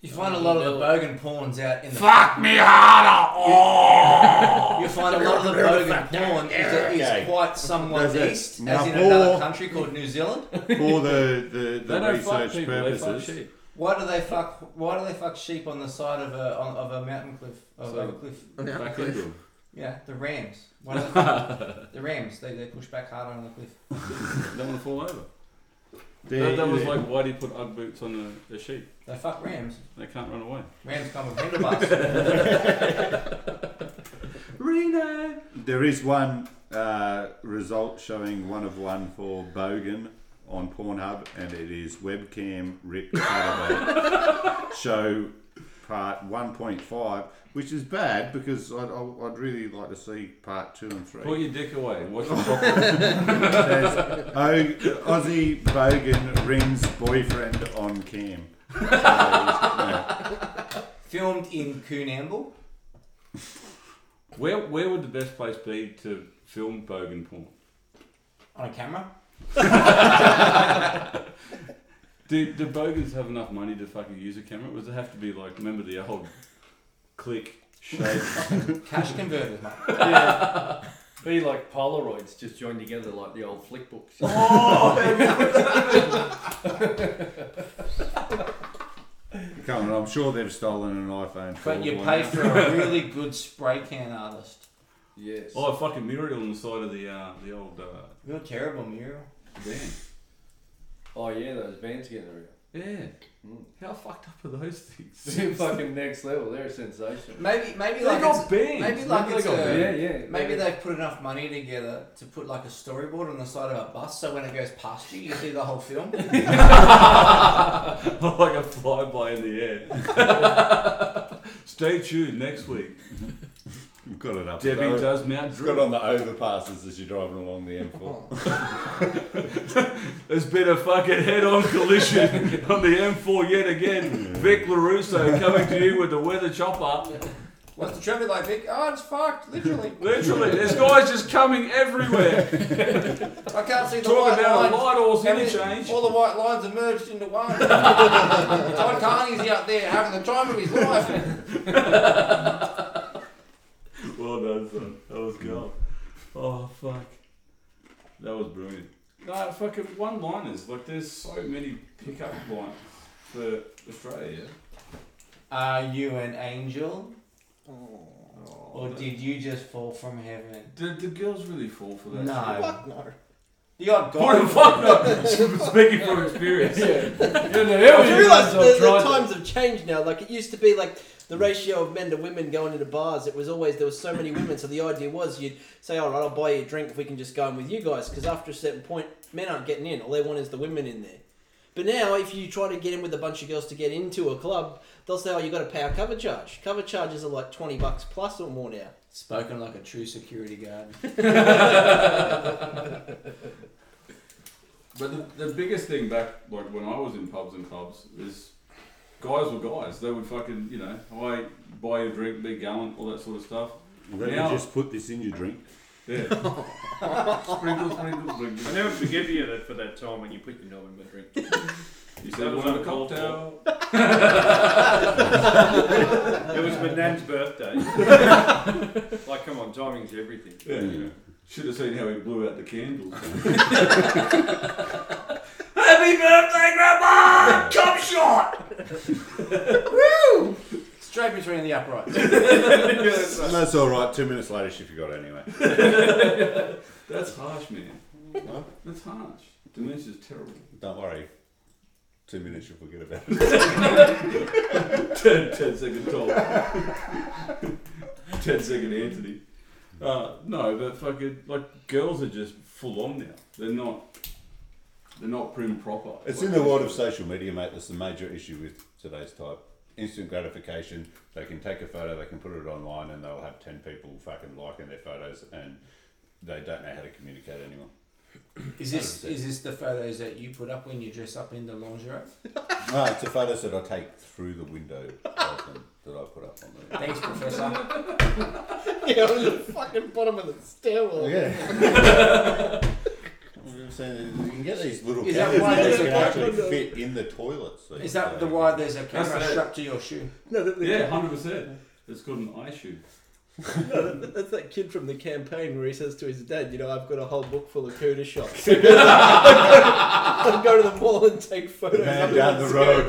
Speaker 3: You find a lot of the bogan pawns out in the.
Speaker 1: Fuck me harder! Oh!
Speaker 3: You find a lot of the bogan porn is,
Speaker 2: Okay.
Speaker 3: is quite somewhat
Speaker 2: That's it.
Speaker 3: east,
Speaker 2: Now
Speaker 3: as in
Speaker 2: four.
Speaker 3: another country called New Zealand.
Speaker 2: for the, the,
Speaker 1: they don't fuck people, they fuck sheep.
Speaker 3: Why do they fuck? Why do they fuck sheep on the side of a on, of a mountain cliff of
Speaker 1: So-
Speaker 3: a cliff?
Speaker 6: Yeah.
Speaker 1: Back into them.
Speaker 3: Yeah, the rams. Why do they
Speaker 1: [laughs]
Speaker 3: fuck- the rams. They, they push back hard on the cliff.
Speaker 1: They want to fall [laughs] over. That, that was like, why do you put Ugg boots on a, a sheep?
Speaker 3: They fuck rams.
Speaker 1: They can't run away.
Speaker 3: Rams come with
Speaker 1: [laughs]
Speaker 3: handlebars.
Speaker 1: Reno!
Speaker 2: There is one uh, result showing one of one for Bogan on Pornhub, and it is webcam rip Saturday
Speaker 1: [laughs]
Speaker 2: show part 1.5, which is bad because I'd, I'd really like to see part two and three.
Speaker 1: Put your dick away and watch [laughs] the proper.
Speaker 2: says, "O- Aussie Bogan rings boyfriend on cam. So, yeah.
Speaker 3: Filmed in Coonamble.
Speaker 1: where, where would the best place be to film bogan porn?
Speaker 3: on a camera.
Speaker 1: Do, do bogans have enough money to fucking use a camera? Or does it have to be like, remember the old click, [laughs] shake?
Speaker 3: [laughs] Cash converters, mate.
Speaker 4: yeah. [laughs] Be like Polaroids just joined together like the old flick books. [laughs]
Speaker 3: Oh,
Speaker 2: Come on, I'm sure they've stolen an iPhone.
Speaker 3: But
Speaker 2: 4
Speaker 3: you
Speaker 2: by
Speaker 3: pay
Speaker 2: now.
Speaker 3: for a really good spray can artist.
Speaker 4: yes.
Speaker 1: oh, a fucking mural on the side of the uh, the old uh,
Speaker 3: Real terrible mural.
Speaker 1: van.
Speaker 4: Oh yeah, those bands getting real. [laughs]
Speaker 1: Yeah.
Speaker 4: Mm.
Speaker 1: How fucked up are those [laughs] things?
Speaker 4: They're fucking next level. They're a sensation.
Speaker 3: Maybe maybe
Speaker 1: They
Speaker 3: like
Speaker 1: got
Speaker 3: it's-
Speaker 1: banned.
Speaker 3: maybe like
Speaker 1: they
Speaker 3: it's
Speaker 1: got
Speaker 3: a-
Speaker 1: banned.
Speaker 4: Yeah, yeah.
Speaker 3: maybe they've put enough money together to put like a storyboard on the side of a bus, so when it goes past you, you see the whole [laughs] film.
Speaker 1: [laughs] like a flyby in the air. [laughs] Stay tuned next week.
Speaker 2: We've got it up.
Speaker 1: Debbie
Speaker 2: though.
Speaker 1: does Mount
Speaker 2: It's got
Speaker 1: Druitt.
Speaker 2: on the overpasses as you're driving along the [laughs] M4.
Speaker 1: There's been a fucking head-on [laughs] collision on the M4 yet again. Vic Larusso coming to you with the weather chopper.
Speaker 3: What's the traffic like, Vic? Oh, it's fucked, literally.
Speaker 1: Literally, there's guys just coming [laughs] everywhere.
Speaker 3: I can't see the
Speaker 1: Talking
Speaker 3: white
Speaker 1: about a
Speaker 3: lines.
Speaker 1: light horse
Speaker 3: Everything-
Speaker 1: interchange.
Speaker 3: All the white lines are merged into [laughs] one. Todd Carney's out there having the time of his life.
Speaker 1: Well done, son. That was good. Oh fuck. That was brilliant. No, fucking one liners. Like there's so many pickup lines for Australia.
Speaker 3: Are you an angel,
Speaker 6: Oh.
Speaker 3: or
Speaker 1: the-
Speaker 3: did you just fall from heaven?
Speaker 1: Did the girls really fall for that?
Speaker 3: No.
Speaker 1: shit? [laughs]
Speaker 6: Fuck no.
Speaker 3: You got
Speaker 1: What the fuck
Speaker 3: God.
Speaker 1: no?
Speaker 6: [laughs]
Speaker 1: [laughs] Speaking from experience.
Speaker 6: Do you realise the, the times have changed now? Like it used to be, like the ratio of men to women going into bars. It was always there was so many women. So the idea was you'd say, "All right, I'll buy you a drink if we can just go in with you guys." Because after a certain point, men aren't getting in. All they want is the women in there. But now, if you try to get in with a bunch of girls to get into a club, they'll say, "Oh, you got to pay our cover charge." Cover charges are like twenty bucks plus or more now.
Speaker 3: Spoken like a true security guard.
Speaker 1: But the, the biggest thing back, like when I was in pubs and clubs, is guys were guys. They would fucking, you know, I buy you a drink, be gallant, all that sort of
Speaker 6: [laughs]
Speaker 1: stuff.
Speaker 2: I'm glad
Speaker 1: Now-
Speaker 2: you just put this in your drink.
Speaker 1: Yeah. sprinkle, sprinkle, sprinkle.
Speaker 4: I never forgive you that for that time when you put your knob in my
Speaker 6: [laughs]
Speaker 4: drink.
Speaker 1: You
Speaker 4: That
Speaker 1: said
Speaker 4: was
Speaker 1: one of a
Speaker 4: uncalled for.
Speaker 1: cocktail.
Speaker 4: It was my nan's [laughs] birthday. like, come on, timing's everything. [laughs]
Speaker 1: Yeah. Should have seen how he blew out the candles.
Speaker 3: Happy birthday, Grandma! Come short! Woo! Straight between the
Speaker 2: [laughs]
Speaker 3: uprights.
Speaker 2: And that's all right. Two minutes later, she forgot anyway.
Speaker 1: That's harsh, man.
Speaker 2: Huh?
Speaker 1: That's harsh. Dementia's terrible.
Speaker 2: Don't worry. Two minutes, you'll forget about it.
Speaker 1: ten, ten second toll. [laughs] ten second Anthony. Uh, no, but fucking like girls are just full on now. They're not. They're not prim and proper.
Speaker 2: It's
Speaker 1: Like,
Speaker 2: in the world of social media, mate. That's the major issue with today's type. Instant gratification. They can take a photo, they can put it online, and they'll have 10 people fucking liking their photos, and they don't know how to communicate anymore.
Speaker 3: Is this is this the photos that you put up when you dress up in the lingerie?
Speaker 2: No, it's the photos that I take through the window of them that I put up on there. [laughs]
Speaker 3: Thanks, Professor.
Speaker 6: yeah, on the fucking bottom of the
Speaker 3: Oh,
Speaker 6: stairwell.
Speaker 2: Yeah. [laughs] So you can get these little
Speaker 3: Is that
Speaker 2: cameras
Speaker 3: why
Speaker 2: that
Speaker 3: there's
Speaker 2: can
Speaker 3: a
Speaker 2: actually
Speaker 6: camera?
Speaker 2: fit in the toilets. so you
Speaker 3: Is that
Speaker 2: can-
Speaker 3: the why there's a camera
Speaker 1: That's it.
Speaker 3: strapped to your shoe?
Speaker 6: No, that the
Speaker 1: Yeah, hundred percent. It's called an eye shoe.
Speaker 6: No, that, that's that kid from the campaign where he says to his dad, "You know, I've got a whole book full of cooter shots. I'll go to the mall and take
Speaker 2: The
Speaker 6: photos."
Speaker 2: man
Speaker 6: under
Speaker 2: down
Speaker 3: [laughs]
Speaker 6: my
Speaker 2: the
Speaker 6: skirt."
Speaker 2: road.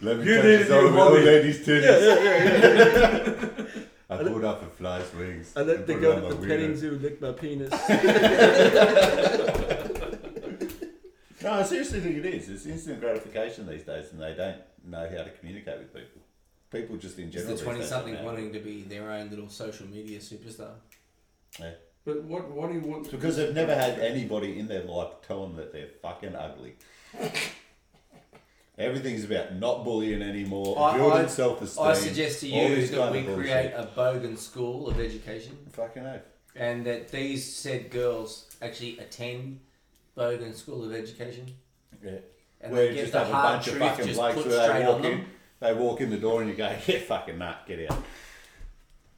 Speaker 2: Let me
Speaker 1: You
Speaker 2: you
Speaker 1: did
Speaker 2: his
Speaker 1: it, you
Speaker 2: old
Speaker 1: lobby.
Speaker 2: lady's titties.
Speaker 6: Yeah, yeah, yeah, yeah.
Speaker 2: I pulled up a fly's wings.
Speaker 6: I let the
Speaker 2: put it
Speaker 6: girl
Speaker 2: on
Speaker 6: at
Speaker 2: my
Speaker 6: the
Speaker 2: window.
Speaker 6: petting zoo lick my penis.
Speaker 2: No, I seriously think it is. It's instant gratification these days, and they don't know how to communicate with people. People just in
Speaker 3: Is
Speaker 2: general.
Speaker 3: the
Speaker 2: these days
Speaker 3: twenty something
Speaker 2: don't know.
Speaker 3: wanting to be their own little social media superstar?
Speaker 1: But what? What do you want?
Speaker 2: It's because they've never had anybody in their life tell them that they're fucking
Speaker 3: [laughs]
Speaker 2: ugly. Everything's about not bullying anymore,
Speaker 3: I- I-
Speaker 2: building self esteem.
Speaker 3: I suggest to
Speaker 2: all
Speaker 3: you
Speaker 2: this
Speaker 3: that
Speaker 2: kind
Speaker 3: we
Speaker 2: of bullshit.
Speaker 3: create a bogan school of education
Speaker 2: Fucking oath.
Speaker 3: and that these said girls actually attend bogan school of education
Speaker 2: Yeah.
Speaker 3: and
Speaker 2: Where
Speaker 3: they
Speaker 2: you
Speaker 3: get
Speaker 2: just
Speaker 3: the
Speaker 2: have a
Speaker 3: hard
Speaker 2: bunch of
Speaker 3: truth
Speaker 2: fucking
Speaker 3: just
Speaker 2: blokes
Speaker 3: put
Speaker 2: where
Speaker 3: straight
Speaker 2: they
Speaker 3: on
Speaker 2: walk
Speaker 3: them.
Speaker 2: in, they walk in the door and you go, yeah, fucking nah, get out.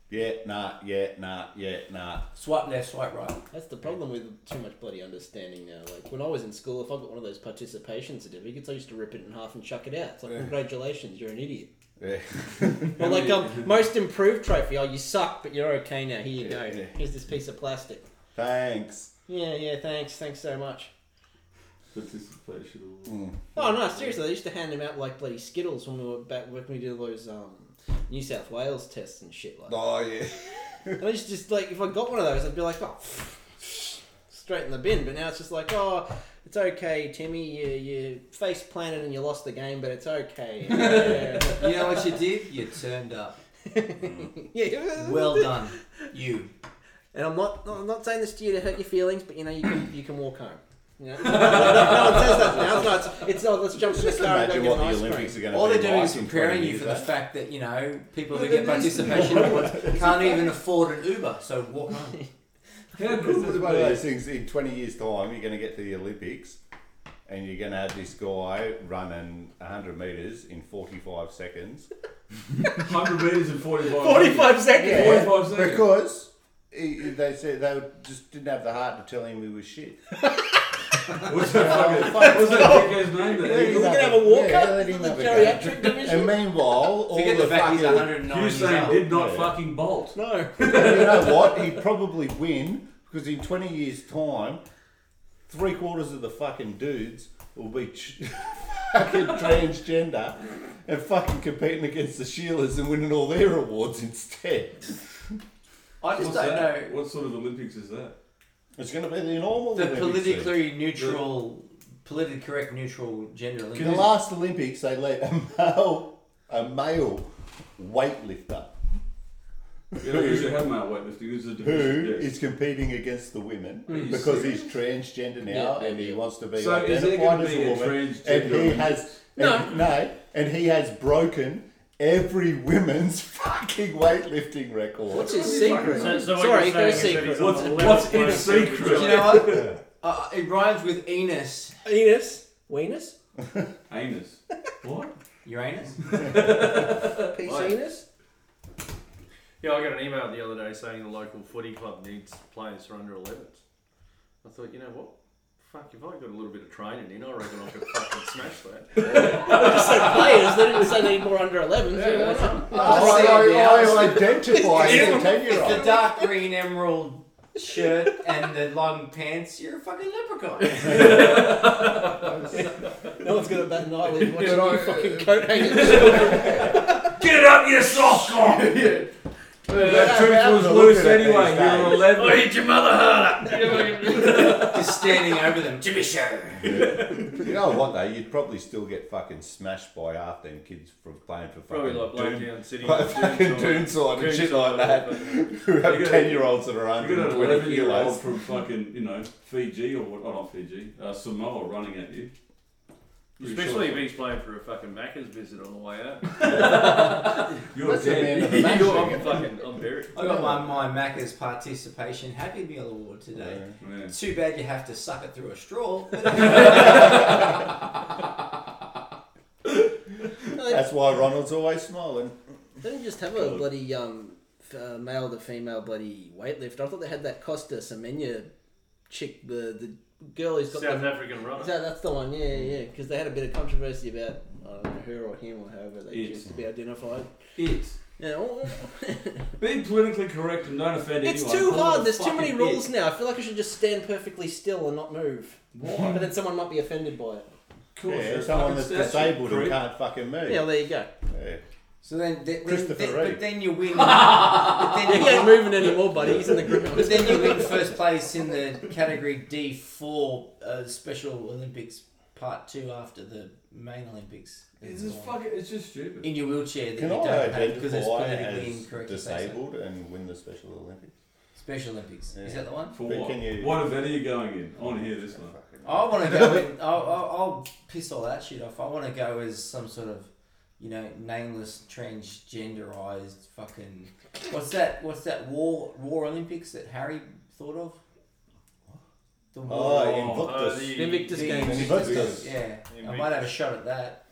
Speaker 2: Yeah, nah, yeah, nah, yeah, nah.
Speaker 3: Swipe left, swipe right.
Speaker 6: That's the problem with too much bloody understanding now. Like when I was in school, if I got one of those participation certificates, I used to rip it in half and chuck it out. It's like,
Speaker 2: Yeah.
Speaker 6: congratulations, you're an idiot.
Speaker 2: Yeah. [laughs]
Speaker 6: Or like um, most improved trophy. Oh, you suck, but you're okay now. Here you go.
Speaker 2: Yeah.
Speaker 6: Here's this piece of plastic.
Speaker 2: Thanks.
Speaker 6: Yeah, yeah. Thanks, thanks so much.
Speaker 1: Participation.
Speaker 2: Mm.
Speaker 6: Oh no, seriously, they used to hand them out like bloody Skittles when we were back when we did those um, New South Wales tests and shit like. that.
Speaker 2: Oh, yeah.
Speaker 6: And I [sniffs] just just like if I got one of those, I'd be like, oh, straight in the bin. But now it's just like, oh, It's okay, Timmy. You you face planted and you lost the game, but
Speaker 2: [laughs]
Speaker 6: it's okay. yeah.
Speaker 3: You know what you did? You turned up.
Speaker 6: Yeah.
Speaker 3: Well done, you.
Speaker 6: And I'm not, not I'm not saying this to you to hurt your feelings, but you know you can you can walk home. You
Speaker 4: [laughs]
Speaker 6: know? no, one says that now. It's not. It's, it's not. Let's jump in the
Speaker 2: Just
Speaker 6: car and go
Speaker 2: imagine
Speaker 6: get
Speaker 2: what
Speaker 6: an
Speaker 2: the
Speaker 6: ice
Speaker 2: Olympics
Speaker 6: cream.
Speaker 2: are going to
Speaker 3: All
Speaker 2: be
Speaker 3: they're doing
Speaker 2: like
Speaker 3: is
Speaker 2: in
Speaker 3: preparing
Speaker 2: 20
Speaker 3: you for the
Speaker 2: years, eh?
Speaker 3: fact that, you know, people who
Speaker 6: Look
Speaker 3: get
Speaker 6: at this.
Speaker 3: participation awards can't even afford an Uber, so walk home.
Speaker 1: How good
Speaker 3: [laughs]
Speaker 2: It's
Speaker 1: would it
Speaker 2: one
Speaker 1: be?
Speaker 2: of those things. In twenty years' time, you're going to get to the Olympics, and you're going to have this guy running hundred meters in forty-five
Speaker 3: [laughs]
Speaker 2: seconds
Speaker 1: 100 metres in 45
Speaker 6: Forty-five seconds.
Speaker 1: Yeah. 45 seconds.
Speaker 2: because he, he- they said they just didn't have the heart to tell him he was shit.
Speaker 1: What's that fucking... What's that dickhead's name? That
Speaker 2: Yeah,
Speaker 6: We're
Speaker 2: he's
Speaker 1: Eagle?
Speaker 6: gonna
Speaker 2: up
Speaker 6: have a
Speaker 2: at-
Speaker 6: walkout
Speaker 2: yeah, let him
Speaker 6: to the
Speaker 2: have a go.
Speaker 6: geriatric division?
Speaker 2: And meanwhile, all
Speaker 5: Forget the
Speaker 2: the
Speaker 5: fact
Speaker 2: fucking
Speaker 5: he's 109 years
Speaker 1: Hussein
Speaker 5: old.
Speaker 1: did not
Speaker 2: Yeah.
Speaker 1: fucking bolt.
Speaker 6: No.
Speaker 2: you know what? He'd probably win because in 20 years' time, three quarters of the fucking dudes will be ch- [laughs] fucking transgender and fucking competing against the Sheilas and winning all their awards instead.
Speaker 3: I just
Speaker 1: What's
Speaker 3: don't
Speaker 1: that?
Speaker 3: know.
Speaker 1: What sort of Olympics is that?
Speaker 2: It's going to be the normal
Speaker 3: The
Speaker 2: Olympics eh? then.
Speaker 3: politically neutral, politically correct neutral gender
Speaker 2: In the
Speaker 3: Olympics.
Speaker 2: last Olympics, they let a male, a male weightlifter
Speaker 1: Yeah, because you have male weightlifting. It was a
Speaker 2: who
Speaker 1: division.
Speaker 2: is
Speaker 1: yeah.
Speaker 2: competing against the women
Speaker 1: Are you
Speaker 2: because
Speaker 1: serious?
Speaker 2: he's transgender now
Speaker 6: Yeah, yeah,
Speaker 2: and he
Speaker 6: yeah.
Speaker 2: wants to be
Speaker 1: So is there
Speaker 2: identified
Speaker 1: gonna
Speaker 2: as
Speaker 1: be
Speaker 2: a
Speaker 1: a
Speaker 2: woman,
Speaker 1: transgender
Speaker 2: and he has
Speaker 6: No.
Speaker 2: and, no, and he has broken every women's [laughs] fucking weightlifting record.
Speaker 6: What's his secret?
Speaker 4: So, so what
Speaker 6: Sorry,
Speaker 4: you're
Speaker 6: no
Speaker 4: saying is that
Speaker 6: secret.
Speaker 4: he's on
Speaker 1: What's-
Speaker 4: the level
Speaker 1: what's in
Speaker 4: playing field
Speaker 1: secret?
Speaker 4: with
Speaker 3: Do you know what? Uh, it rhymes with Enos.
Speaker 6: Enos. Weenus?
Speaker 1: Anus. What?
Speaker 3: Uranus?
Speaker 6: Peace
Speaker 4: Right.
Speaker 6: Enos?
Speaker 4: Yeah, I got an email the other day saying the local footy club needs players for under 11s. I thought, you know what? Fuck, if I got a little bit of training in, I reckon I could fucking smash that.
Speaker 6: I just said players, they didn't say they need more under 11s.
Speaker 2: I,
Speaker 3: see it now.
Speaker 2: I, I identify as a ten year [laughs]
Speaker 3: the
Speaker 2: old.
Speaker 3: dark green emerald shirt and the long pants, you're a fucking leprechaun.
Speaker 6: No one's gonna bat an eyelid watching
Speaker 2: Yeah,
Speaker 6: you
Speaker 2: I-
Speaker 6: fucking coat hanging.
Speaker 1: Get up, you sock on! That
Speaker 2: I'm
Speaker 1: truth was
Speaker 2: looking
Speaker 1: loose
Speaker 2: at these
Speaker 1: anyway. You're
Speaker 2: guys.
Speaker 1: 11.
Speaker 4: I hit your mother harder!
Speaker 3: Just standing over them. Jimmy Show.
Speaker 2: You know what though? You'd probably still get fucking smashed by half them kids from playing for
Speaker 4: Probably
Speaker 2: fucking
Speaker 4: like Blackdown
Speaker 2: Doom-
Speaker 4: City.
Speaker 2: [laughs] fucking Doomside and shit like that. Who
Speaker 1: You
Speaker 2: have
Speaker 1: got-
Speaker 2: ten year olds that are
Speaker 1: You got an
Speaker 2: 120
Speaker 1: 11 year
Speaker 2: kilos.
Speaker 1: old from fucking, you know, Fiji or what? Oh, not Fiji. Uh, Samoa running at you. Pretty
Speaker 4: Especially if
Speaker 1: sure.
Speaker 4: he's playing for a fucking Macca's visit on the way out.
Speaker 1: You're
Speaker 2: That's a
Speaker 1: dead.
Speaker 2: man of
Speaker 4: You know,
Speaker 2: action.
Speaker 4: I'm fucking, I'm buried.
Speaker 3: I got my my Macca's participation happy meal award today.
Speaker 6: [laughs]
Speaker 1: Yeah.
Speaker 3: It's Too bad you have to suck it through a straw.
Speaker 1: [laughs]
Speaker 2: That's why Ronald's always smiling.
Speaker 6: They didn't just have a bloody um, f- uh, male to female bloody weightlift. I thought they had that Costa Semenya chick, the the girl who's got
Speaker 4: South
Speaker 6: the.
Speaker 4: African
Speaker 6: Is
Speaker 4: runner.
Speaker 6: that, that's the one, yeah, yeah, because they had a bit of controversy about I don't know, her or him or however they
Speaker 1: It.
Speaker 6: choose to be identified.
Speaker 1: It.
Speaker 3: [laughs]
Speaker 6: Yeah, [laughs] well,
Speaker 1: Be politically correct and don't offend
Speaker 6: it's
Speaker 1: anyone.
Speaker 6: too
Speaker 1: Call it a
Speaker 6: hard. There's too many
Speaker 1: fucking
Speaker 6: rules
Speaker 1: it.
Speaker 6: now. I feel like I should just stand perfectly still and
Speaker 1: [laughs]
Speaker 6: not move.
Speaker 1: Why?
Speaker 6: But then someone might be offended by it.
Speaker 1: Of course,
Speaker 2: yeah,
Speaker 1: you're a
Speaker 2: someone
Speaker 1: fucking
Speaker 2: that's
Speaker 1: statue,
Speaker 2: disabled and
Speaker 1: prick.
Speaker 2: can't fucking move.
Speaker 6: Yeah, well, there you go.
Speaker 2: Yeah.
Speaker 3: So then, then, then,
Speaker 2: Christopher
Speaker 3: then
Speaker 2: Reeve.
Speaker 3: but then you
Speaker 6: [laughs]
Speaker 3: win. but,
Speaker 6: You [laughs]
Speaker 3: then you
Speaker 6: ain't
Speaker 3: win
Speaker 6: moving anymore, buddy. He's in the group.
Speaker 3: but then you win first place in the category D four uh, Special Olympics Part Two after the main Olympics.
Speaker 1: It's just fucking. It's just stupid.
Speaker 3: in your wheelchair that
Speaker 2: Can
Speaker 3: you
Speaker 2: I
Speaker 3: don't have because it's
Speaker 2: identify
Speaker 3: politically
Speaker 2: as
Speaker 3: incorrect. to say so.
Speaker 2: disabled and win the Special Olympics?
Speaker 3: Special Olympics. Is
Speaker 2: Yeah.
Speaker 3: that the one?
Speaker 1: For
Speaker 2: But
Speaker 1: what?
Speaker 2: can you-
Speaker 1: What event are you going in? I want to hear
Speaker 2: [laughs]
Speaker 1: this one.
Speaker 3: I want to go. In, I'll, I'll, I'll piss all that shit off. I want to go as some sort of, you know, nameless transgenderized fucking. What's that? What's that war war Olympics that Harry thought of? The
Speaker 2: Oh,
Speaker 3: war.
Speaker 4: Uh,
Speaker 2: Invictus.
Speaker 4: the-
Speaker 6: Invictus
Speaker 3: the-
Speaker 6: Games.
Speaker 2: Invictus.
Speaker 3: Yeah, I might have a shot at that.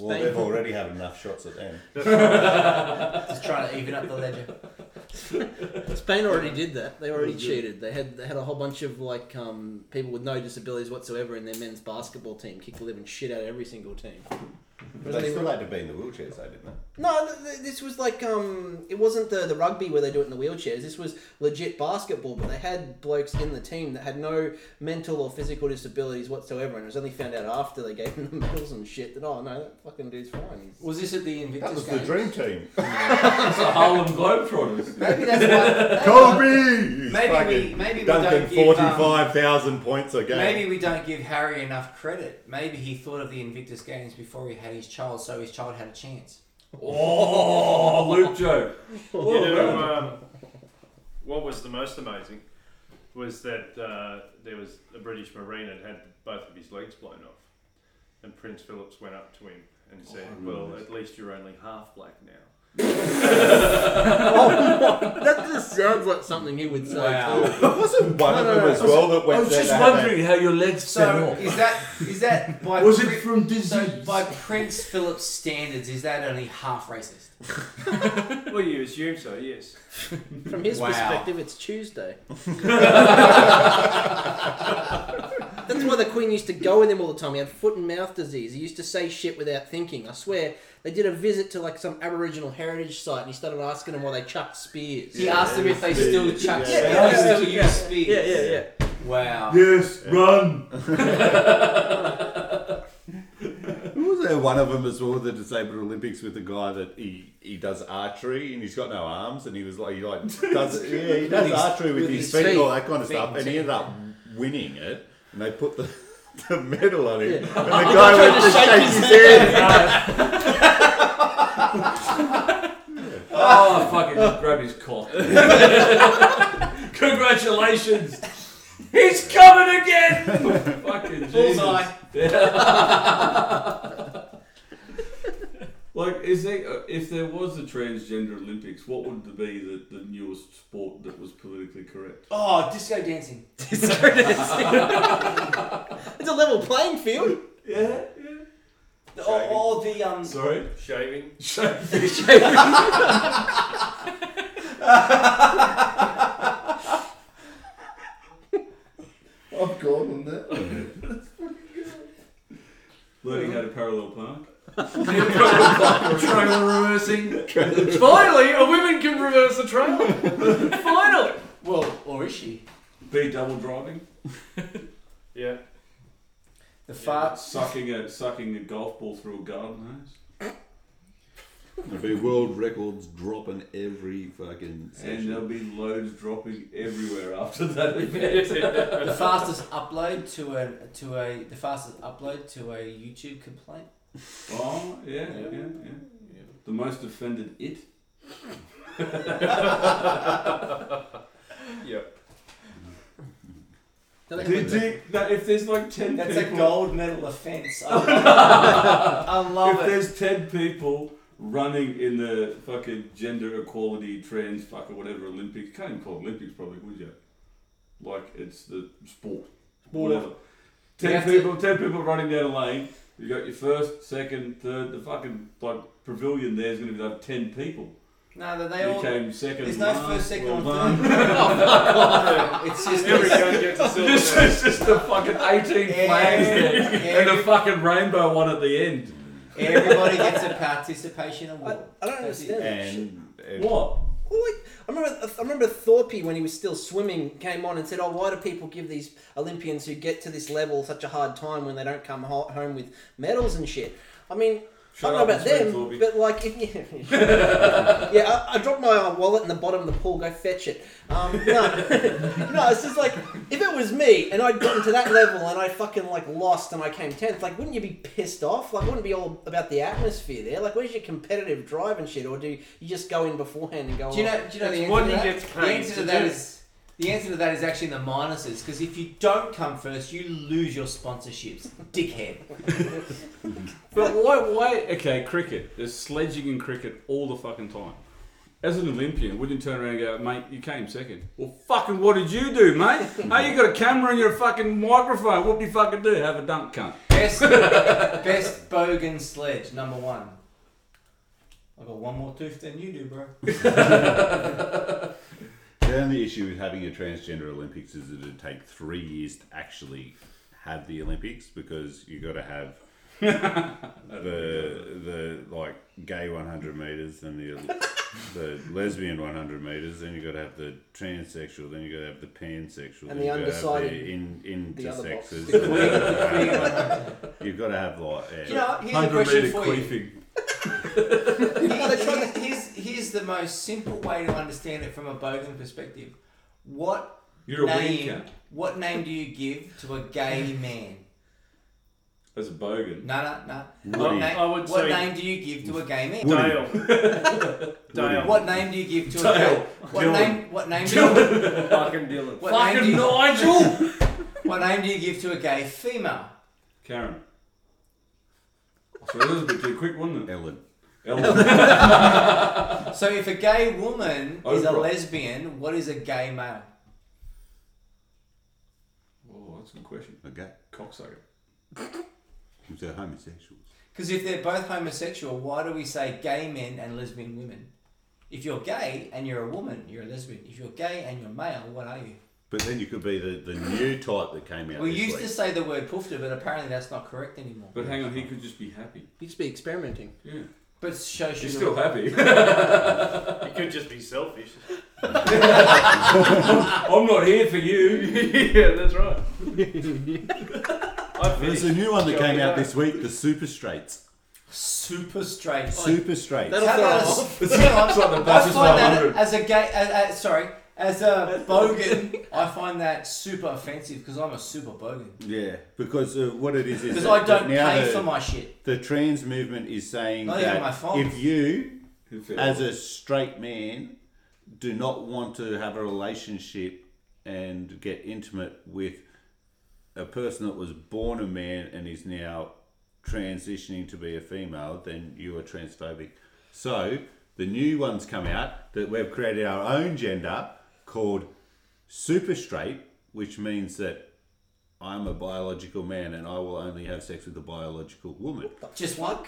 Speaker 2: well, they've already had enough shots at them.
Speaker 3: Just trying to even up the ledger.
Speaker 6: Spain already did that. They already cheated. They had they had a whole bunch of like um, people with no disabilities whatsoever in their men's basketball team kick the living shit out of every single team.
Speaker 2: But they still had to be in the wheelchairs, though, didn't they?
Speaker 6: No, th- th- this was like um, it wasn't the the rugby where they do it in the wheelchairs. This was legit basketball, but they had blokes in the team that had no mental or physical disabilities whatsoever, and it was only found out after they gave them the medals and shit that oh no, that fucking dude's fine. He's...
Speaker 8: Was this at the Invictus
Speaker 2: That was the
Speaker 8: Games?
Speaker 2: dream team.
Speaker 1: It's the Harlem Globetrotters.
Speaker 2: [laughs]
Speaker 3: Maybe that's why.
Speaker 2: Kobe!
Speaker 3: Maybe we-
Speaker 2: Fucking
Speaker 3: maybe we
Speaker 2: Duncan
Speaker 3: don't give, um,
Speaker 2: 45,000 points a game.
Speaker 3: Maybe we don't give Harry enough credit. Maybe he thought of the Invictus Games before he had his child, so his child had a chance.
Speaker 1: Oh, Luke joke.
Speaker 4: You know, um, what was the most amazing was that uh, there was a British Marine that had both of his legs blown off, and Prince Philip's went up to him and said, "Well, at least you're only half black now."
Speaker 6: [laughs] that just sounds like something he would say.
Speaker 3: Wow.
Speaker 6: too.
Speaker 2: Wasn't one of
Speaker 6: No, no,
Speaker 2: them
Speaker 6: no.
Speaker 2: as well that
Speaker 1: I
Speaker 2: went
Speaker 1: was
Speaker 2: there
Speaker 1: just
Speaker 2: to have
Speaker 1: wondering how your legs fell
Speaker 3: So
Speaker 1: off.
Speaker 3: is that is that by
Speaker 1: Was
Speaker 3: Pri-
Speaker 1: it from
Speaker 3: so
Speaker 1: disease?
Speaker 3: by Prince Philip's standards? Is that only half racist?
Speaker 4: Well, you assume so, yes.
Speaker 6: From his
Speaker 3: Wow.
Speaker 6: perspective,
Speaker 2: [laughs]
Speaker 6: it's Tuesday. That's why the Queen used to go with him all the time. He had foot and mouth disease. He used to say shit without thinking. I swear, they did a visit to like some Aboriginal heritage site, and he started asking them why they chucked spears.
Speaker 3: He asked them if they still chuck,
Speaker 2: Yeah.
Speaker 3: if they still
Speaker 1: Yeah.
Speaker 3: use spears.
Speaker 6: Yeah, yeah, yeah. [laughs]
Speaker 3: Wow.
Speaker 1: Yes, run.
Speaker 2: Who was there one of them as well at the disabled Olympics with the guy that he, he does archery and he's got no arms and he was like he like does yeah he does
Speaker 6: his-
Speaker 2: archery with,
Speaker 6: with
Speaker 2: his,
Speaker 6: his
Speaker 2: feet, and all
Speaker 6: feet.
Speaker 2: that kind of
Speaker 3: Feet
Speaker 2: stuff
Speaker 3: and
Speaker 2: and he
Speaker 3: teeth.
Speaker 2: ended up winning it and they put the, [laughs] the medal on him
Speaker 6: Yeah.
Speaker 2: and the guy went to shake his head.
Speaker 1: Oh, fucking just grab his cock. Congratulations. He's coming again. fucking Jesus.
Speaker 3: Bullseye.
Speaker 1: Yeah. [laughs] like, is there, uh, if there was a transgender Olympics, what would be the, the newest sport that was politically correct?
Speaker 3: Oh, disco dancing. [laughs]
Speaker 6: It's a level playing field.
Speaker 1: Yeah.
Speaker 3: The- Or, or the um.
Speaker 1: Sorry.
Speaker 4: Shaving.
Speaker 2: I've gone on that.
Speaker 1: Learning how to parallel park.
Speaker 4: Trailer reversing. Finally, a woman can reverse a trailer. Finally.
Speaker 3: Well, or is she?
Speaker 1: Be double driving.
Speaker 4: Yeah.
Speaker 3: The
Speaker 4: [laughs]
Speaker 3: far
Speaker 1: Sucking a sucking a golf ball through a garden hose.
Speaker 2: There'll be world records dropping every fucking
Speaker 1: And
Speaker 2: session.
Speaker 1: there'll be loads dropping everywhere after that event.
Speaker 4: yeah.
Speaker 3: the fastest upload to a to a the fastest upload to a YouTube complaint.
Speaker 1: Oh, yeah, yeah, yeah. The most offended it.
Speaker 6: Don't they have,
Speaker 1: Did
Speaker 6: like,
Speaker 1: you, no, if there's like 10
Speaker 3: That's a
Speaker 1: people.
Speaker 3: gold
Speaker 1: [laughs]
Speaker 3: medal offence. I love it. I
Speaker 1: if
Speaker 3: love it.
Speaker 1: there's 10 people running in the fucking gender equality, trans, fuck, or whatever Olympics, can't even call it Olympics probably, would you? Like, it's the sport. Whatever. 10
Speaker 3: have to-
Speaker 1: people, 10 people running down a lane. You got your first, second, third, the fucking like pavilion there's going to be like 10 people.
Speaker 3: No, that they
Speaker 1: You
Speaker 3: all.
Speaker 1: came second.
Speaker 3: There's no
Speaker 1: last,
Speaker 3: first, second,
Speaker 1: well
Speaker 3: or
Speaker 1: done.
Speaker 3: third.
Speaker 4: [laughs]
Speaker 3: [laughs] Oh, It's just
Speaker 4: Here we go. Get to silver.
Speaker 1: [laughs] This
Speaker 4: medal.
Speaker 1: is just the fucking 18
Speaker 3: Yeah.
Speaker 1: flags there.
Speaker 3: Yeah.
Speaker 1: And a fucking rainbow one at the end.
Speaker 3: Everybody gets a participation
Speaker 6: I,
Speaker 3: award.
Speaker 6: I don't
Speaker 3: That's it.
Speaker 6: understand. that shit.
Speaker 2: And, and
Speaker 1: What?
Speaker 6: Well, like, I remember, I remember Thorpe when he was still swimming came on and said, "Oh, why do people give these Olympians who get to this level such a hard time when they don't come ho- home with medals and shit?" I mean,
Speaker 1: Shut
Speaker 6: I don't know
Speaker 1: up
Speaker 6: about them,
Speaker 1: and swim, Thorpe.
Speaker 6: but like, if, yeah, yeah I, I dropped my uh, wallet in the bottom of the pool. Go fetch it. Um, no, no, it's just like if it was me and I'd gotten to that level and I fucking like lost and I came tenth, like, wouldn't you be pissed off? Like, wouldn't it be all about the atmosphere there? Like, where's your competitive drive and shit, or do you just go in beforehand and go?
Speaker 3: Do you
Speaker 6: "Oh,
Speaker 3: know? Do you know the
Speaker 4: It's
Speaker 3: answer
Speaker 4: what
Speaker 3: to
Speaker 4: he
Speaker 3: that?
Speaker 4: gets
Speaker 3: the
Speaker 4: paid
Speaker 3: answer
Speaker 4: to
Speaker 3: to that
Speaker 4: do.
Speaker 3: is the answer to that is actually in the minuses because if you don't come first, you lose your sponsorships, dickhead.
Speaker 1: But why, why? Okay, cricket. There's sledging in cricket all the fucking time. As an Olympian, wouldn't you turn around and go, mate, you came second. Well, fucking what did you do, mate? hey, you got a camera and you're a fucking microphone. What do you fucking do? Have a dunk, cunt.
Speaker 3: Best best bogan sledge number one. I got one more tooth than you do, bro.
Speaker 2: the only issue with having a transgender Olympics
Speaker 3: [laughs]
Speaker 2: is that it'd take three years to actually have the Olympics because you got to have the the like gay 100 meters and the the lesbian 100 meters. Then you got to have the transsexual. Then you got to have the pansexual.
Speaker 6: And
Speaker 2: then
Speaker 6: the
Speaker 2: you gotta have
Speaker 6: undecided-
Speaker 2: the in
Speaker 6: the other box.
Speaker 2: intersexes. [laughs]
Speaker 6: The
Speaker 2: You've got to have like uh, yeah.
Speaker 9: You know, what? here's a
Speaker 1: 100
Speaker 9: question
Speaker 1: metre
Speaker 9: for you.
Speaker 1: queefing.
Speaker 9: they tried
Speaker 3: Here's- here's, here's the most simple way to understand it from a bogan perspective. What
Speaker 1: You're a
Speaker 3: name?
Speaker 1: wanker.
Speaker 3: What name do you give to a gay man?
Speaker 1: As a bogan.
Speaker 3: No, no,
Speaker 2: Woody.
Speaker 3: no. What, na-
Speaker 4: I would
Speaker 3: what
Speaker 4: say-
Speaker 3: name do you give to a gay man?
Speaker 4: Dale. [laughs] Dale.
Speaker 3: What name do you give to a
Speaker 1: Dale.
Speaker 3: gay? What
Speaker 1: Dylan.
Speaker 3: name? What name? Do you,
Speaker 4: Fucking Dylan.
Speaker 3: what, name
Speaker 1: Fucking
Speaker 3: do you,
Speaker 1: Nigel!
Speaker 3: what name do you give to a gay female?
Speaker 1: Karen. So that was a bit too quick, wasn't it?
Speaker 2: Ellen.
Speaker 1: Ellen.
Speaker 3: So if a gay woman is a
Speaker 1: Oprah.
Speaker 3: lesbian, what is a gay male?
Speaker 1: oh, that's a good question.
Speaker 2: Okay.
Speaker 1: Cocksucker.
Speaker 2: So homosexuals.
Speaker 3: Because if they're both homosexual, why do we say gay men and lesbian women? If you're gay and you're a woman, you're a lesbian. If you're gay and you're male, what are you?
Speaker 2: But then you could be the, the new type that came out.
Speaker 3: We
Speaker 2: this
Speaker 3: used
Speaker 2: week.
Speaker 3: to say the word poofter, but apparently that's not correct anymore.
Speaker 1: But hang on, he could just be happy.
Speaker 6: You just be experimenting.
Speaker 1: Yeah.
Speaker 3: But show should
Speaker 1: He's still [laughs] happy.
Speaker 4: You could just be selfish.
Speaker 1: I'm not here for you.
Speaker 4: [laughs] yeah, that's [laughs] right. I
Speaker 2: There's
Speaker 4: finished.
Speaker 2: a new one that
Speaker 4: Shall we
Speaker 2: came out
Speaker 4: go?
Speaker 2: this week, the Super Straights.
Speaker 3: super straight.
Speaker 2: Super Straights.
Speaker 6: That'll
Speaker 3: How
Speaker 6: throw
Speaker 3: about
Speaker 6: them
Speaker 1: [laughs]
Speaker 3: a-
Speaker 6: off.
Speaker 3: hang on,
Speaker 1: It's
Speaker 3: [laughs]
Speaker 1: like the
Speaker 3: I
Speaker 1: Bachelor's
Speaker 3: find that
Speaker 1: 100.
Speaker 3: as a gay, as, as, sorry,
Speaker 1: [laughs]
Speaker 3: as a bogan, I find that super offensive because I'm a super bogan.
Speaker 2: Yeah, because uh, what it is is
Speaker 3: Because
Speaker 2: that-
Speaker 3: I don't
Speaker 2: that now
Speaker 3: pay
Speaker 2: the,
Speaker 3: for my shit.
Speaker 2: the trans movement is saying
Speaker 3: Not even my
Speaker 2: that
Speaker 3: phone.
Speaker 2: if you,
Speaker 1: Fair.
Speaker 2: as a straight man, do not want to have a relationship and get intimate with a person that was born a man and is now transitioning to be a female, then you are transphobic. So the new one's come out that we've created our own gender called super straight, which means that I'm a biological man and I will only have sex with a biological woman.
Speaker 3: Just one.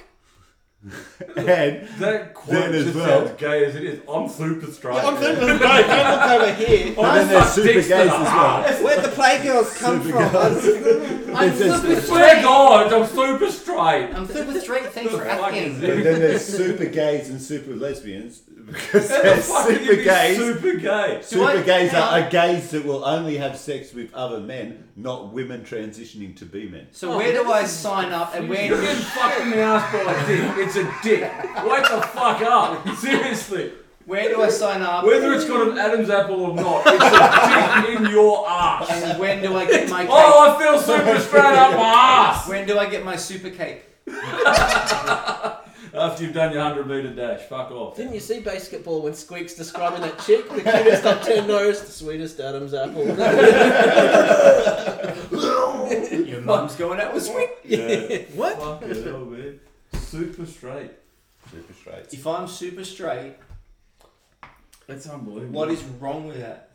Speaker 2: [laughs] And
Speaker 1: That
Speaker 2: Then
Speaker 1: quote
Speaker 2: as
Speaker 1: just
Speaker 2: well-
Speaker 1: sounds gay as it is. I'm super straight.
Speaker 6: Yeah, I'm thinking of the girls over here.
Speaker 2: and then there's super gays as well.
Speaker 6: Where'd the playgirls come from?
Speaker 3: I'm
Speaker 2: It's just-
Speaker 3: super
Speaker 1: Swear to
Speaker 3: straight.
Speaker 1: God, I'm super straight.
Speaker 3: I'm super straight.
Speaker 1: [laughs]
Speaker 3: Thanks for
Speaker 1: Fuck is
Speaker 3: asking.
Speaker 1: it?
Speaker 2: But then there's super gays and super lesbians because
Speaker 1: How the
Speaker 2: there's
Speaker 1: fuck can you
Speaker 2: super
Speaker 1: be
Speaker 2: gays. Super,
Speaker 1: Super gay.
Speaker 3: Do I-
Speaker 2: gays are,
Speaker 3: hang
Speaker 2: are gays that will only have sex with other men, not women transitioning to be men.
Speaker 3: So where do I sign up and where
Speaker 1: You're
Speaker 3: do
Speaker 1: getting fucked in the ass by a dick. It's a dick. Wake the fuck up. Seriously.
Speaker 3: where do I sign up?
Speaker 1: Whether it's got an Adam's apple or not, it's a dick in your ass.
Speaker 3: and when do I get my
Speaker 1: [laughs]
Speaker 3: cake?
Speaker 1: Oh, I feel super straight up my ass.
Speaker 3: When do I get my super cake?
Speaker 1: After you've done your 100 metre dash, fuck off.
Speaker 6: Didn't you see basketball when Squeak's describing that chick? The cutest upturned nose, the sweetest
Speaker 3: [laughs]
Speaker 6: Adam's apple.
Speaker 3: Your mum's going out with sweet.
Speaker 1: Yeah.
Speaker 6: what?
Speaker 1: fuck it, hell, man. Super straight.
Speaker 2: Super straight.
Speaker 3: If I'm super straight,
Speaker 1: That's unbelievable.
Speaker 3: what is wrong with that?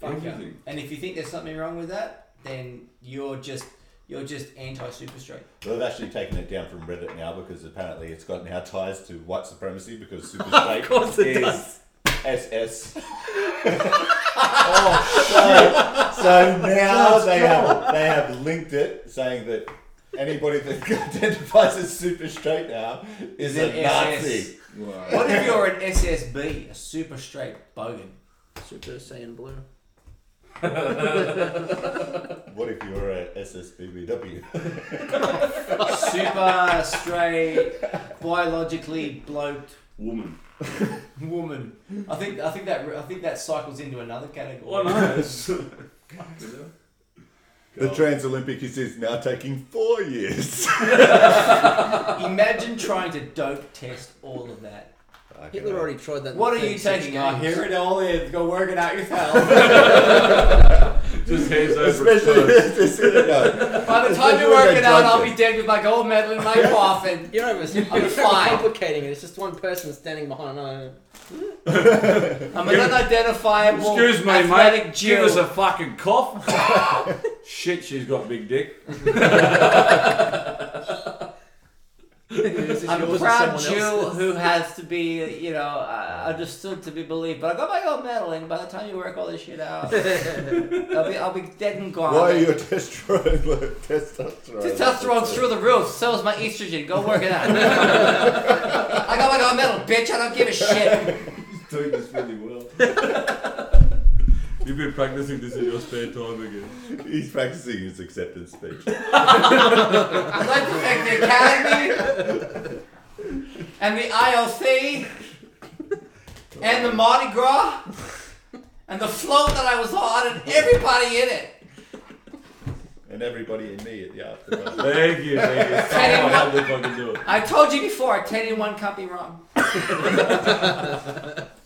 Speaker 3: Fuck yeah.
Speaker 1: Everything.
Speaker 3: And if you think there's something wrong with that, then you're just you're just anti super straight.
Speaker 2: Well, they've actually taken it down from Reddit now because apparently it's got now ties to white supremacy because super straight [laughs] of course it is does. SS. [laughs] oh, so, so now they have, they have linked it saying that anybody that [laughs] identifies as super straight now is
Speaker 3: Is an
Speaker 2: a Nazi.
Speaker 1: Wow.
Speaker 3: What if you're an SSB, a super straight bogan?
Speaker 6: Super Saiyan Blue.
Speaker 2: What if you're a SSBBW?
Speaker 3: Super straight, biologically bloked
Speaker 1: Woman.
Speaker 3: woman. I think I think that I think that cycles into another
Speaker 1: Oh,
Speaker 3: category.
Speaker 1: no. it's- [laughs] Fuck it, hell.
Speaker 2: [laughs] The Trans Olympic is, is now taking four years.
Speaker 3: [laughs] Imagine trying to dope test all of that.
Speaker 6: Hitler already tried that. in
Speaker 3: What
Speaker 6: the
Speaker 3: are you
Speaker 6: 36
Speaker 3: taking? I
Speaker 6: games.
Speaker 3: hear it all is. Go work it out yourself.
Speaker 1: Just hands over
Speaker 2: [laughs] Especially,
Speaker 1: Especially
Speaker 3: [laughs] By the time you work it out, I'll be dead with my gold medal [laughs] in my coffin.
Speaker 6: You know, it's
Speaker 3: I'm fine.
Speaker 6: complicating it. It's just one person standing behind another.
Speaker 3: I'm an unidentifiable
Speaker 1: Excuse me,
Speaker 3: athletic
Speaker 1: mate.
Speaker 3: Jew.
Speaker 1: Give us a fucking cough. [laughs] Shit, she's got big dick.
Speaker 6: Who's
Speaker 10: is
Speaker 3: I'm a
Speaker 10: yours or
Speaker 3: proud
Speaker 10: someone
Speaker 3: Jew
Speaker 10: else's?
Speaker 3: who has to be, you know, uh, understood to be believed. But I got my own medal, and by the time you work all this
Speaker 1: [laughs]
Speaker 3: shit out, I'll be, I'll be dead and gone.
Speaker 2: Why are your testosterone low? Testosterone.
Speaker 3: Testosterone's through the roof. So is my estrogen. Go work it out. I got my own medal, bitch. I don't give a shit.
Speaker 1: He's doing this really well. You've been practicing this in your spare time again.
Speaker 2: He's practicing his acceptance speech.
Speaker 3: I'd like to thank the Academy and the IOC and the Mardi Gras and the float that I was on and everybody in it.
Speaker 2: [laughs] and everybody in me at the afternoon.
Speaker 1: Thank you, thank you. So
Speaker 3: Hey,
Speaker 1: much. I hope I can do it.
Speaker 3: I told you before, ten in one can't be wrong.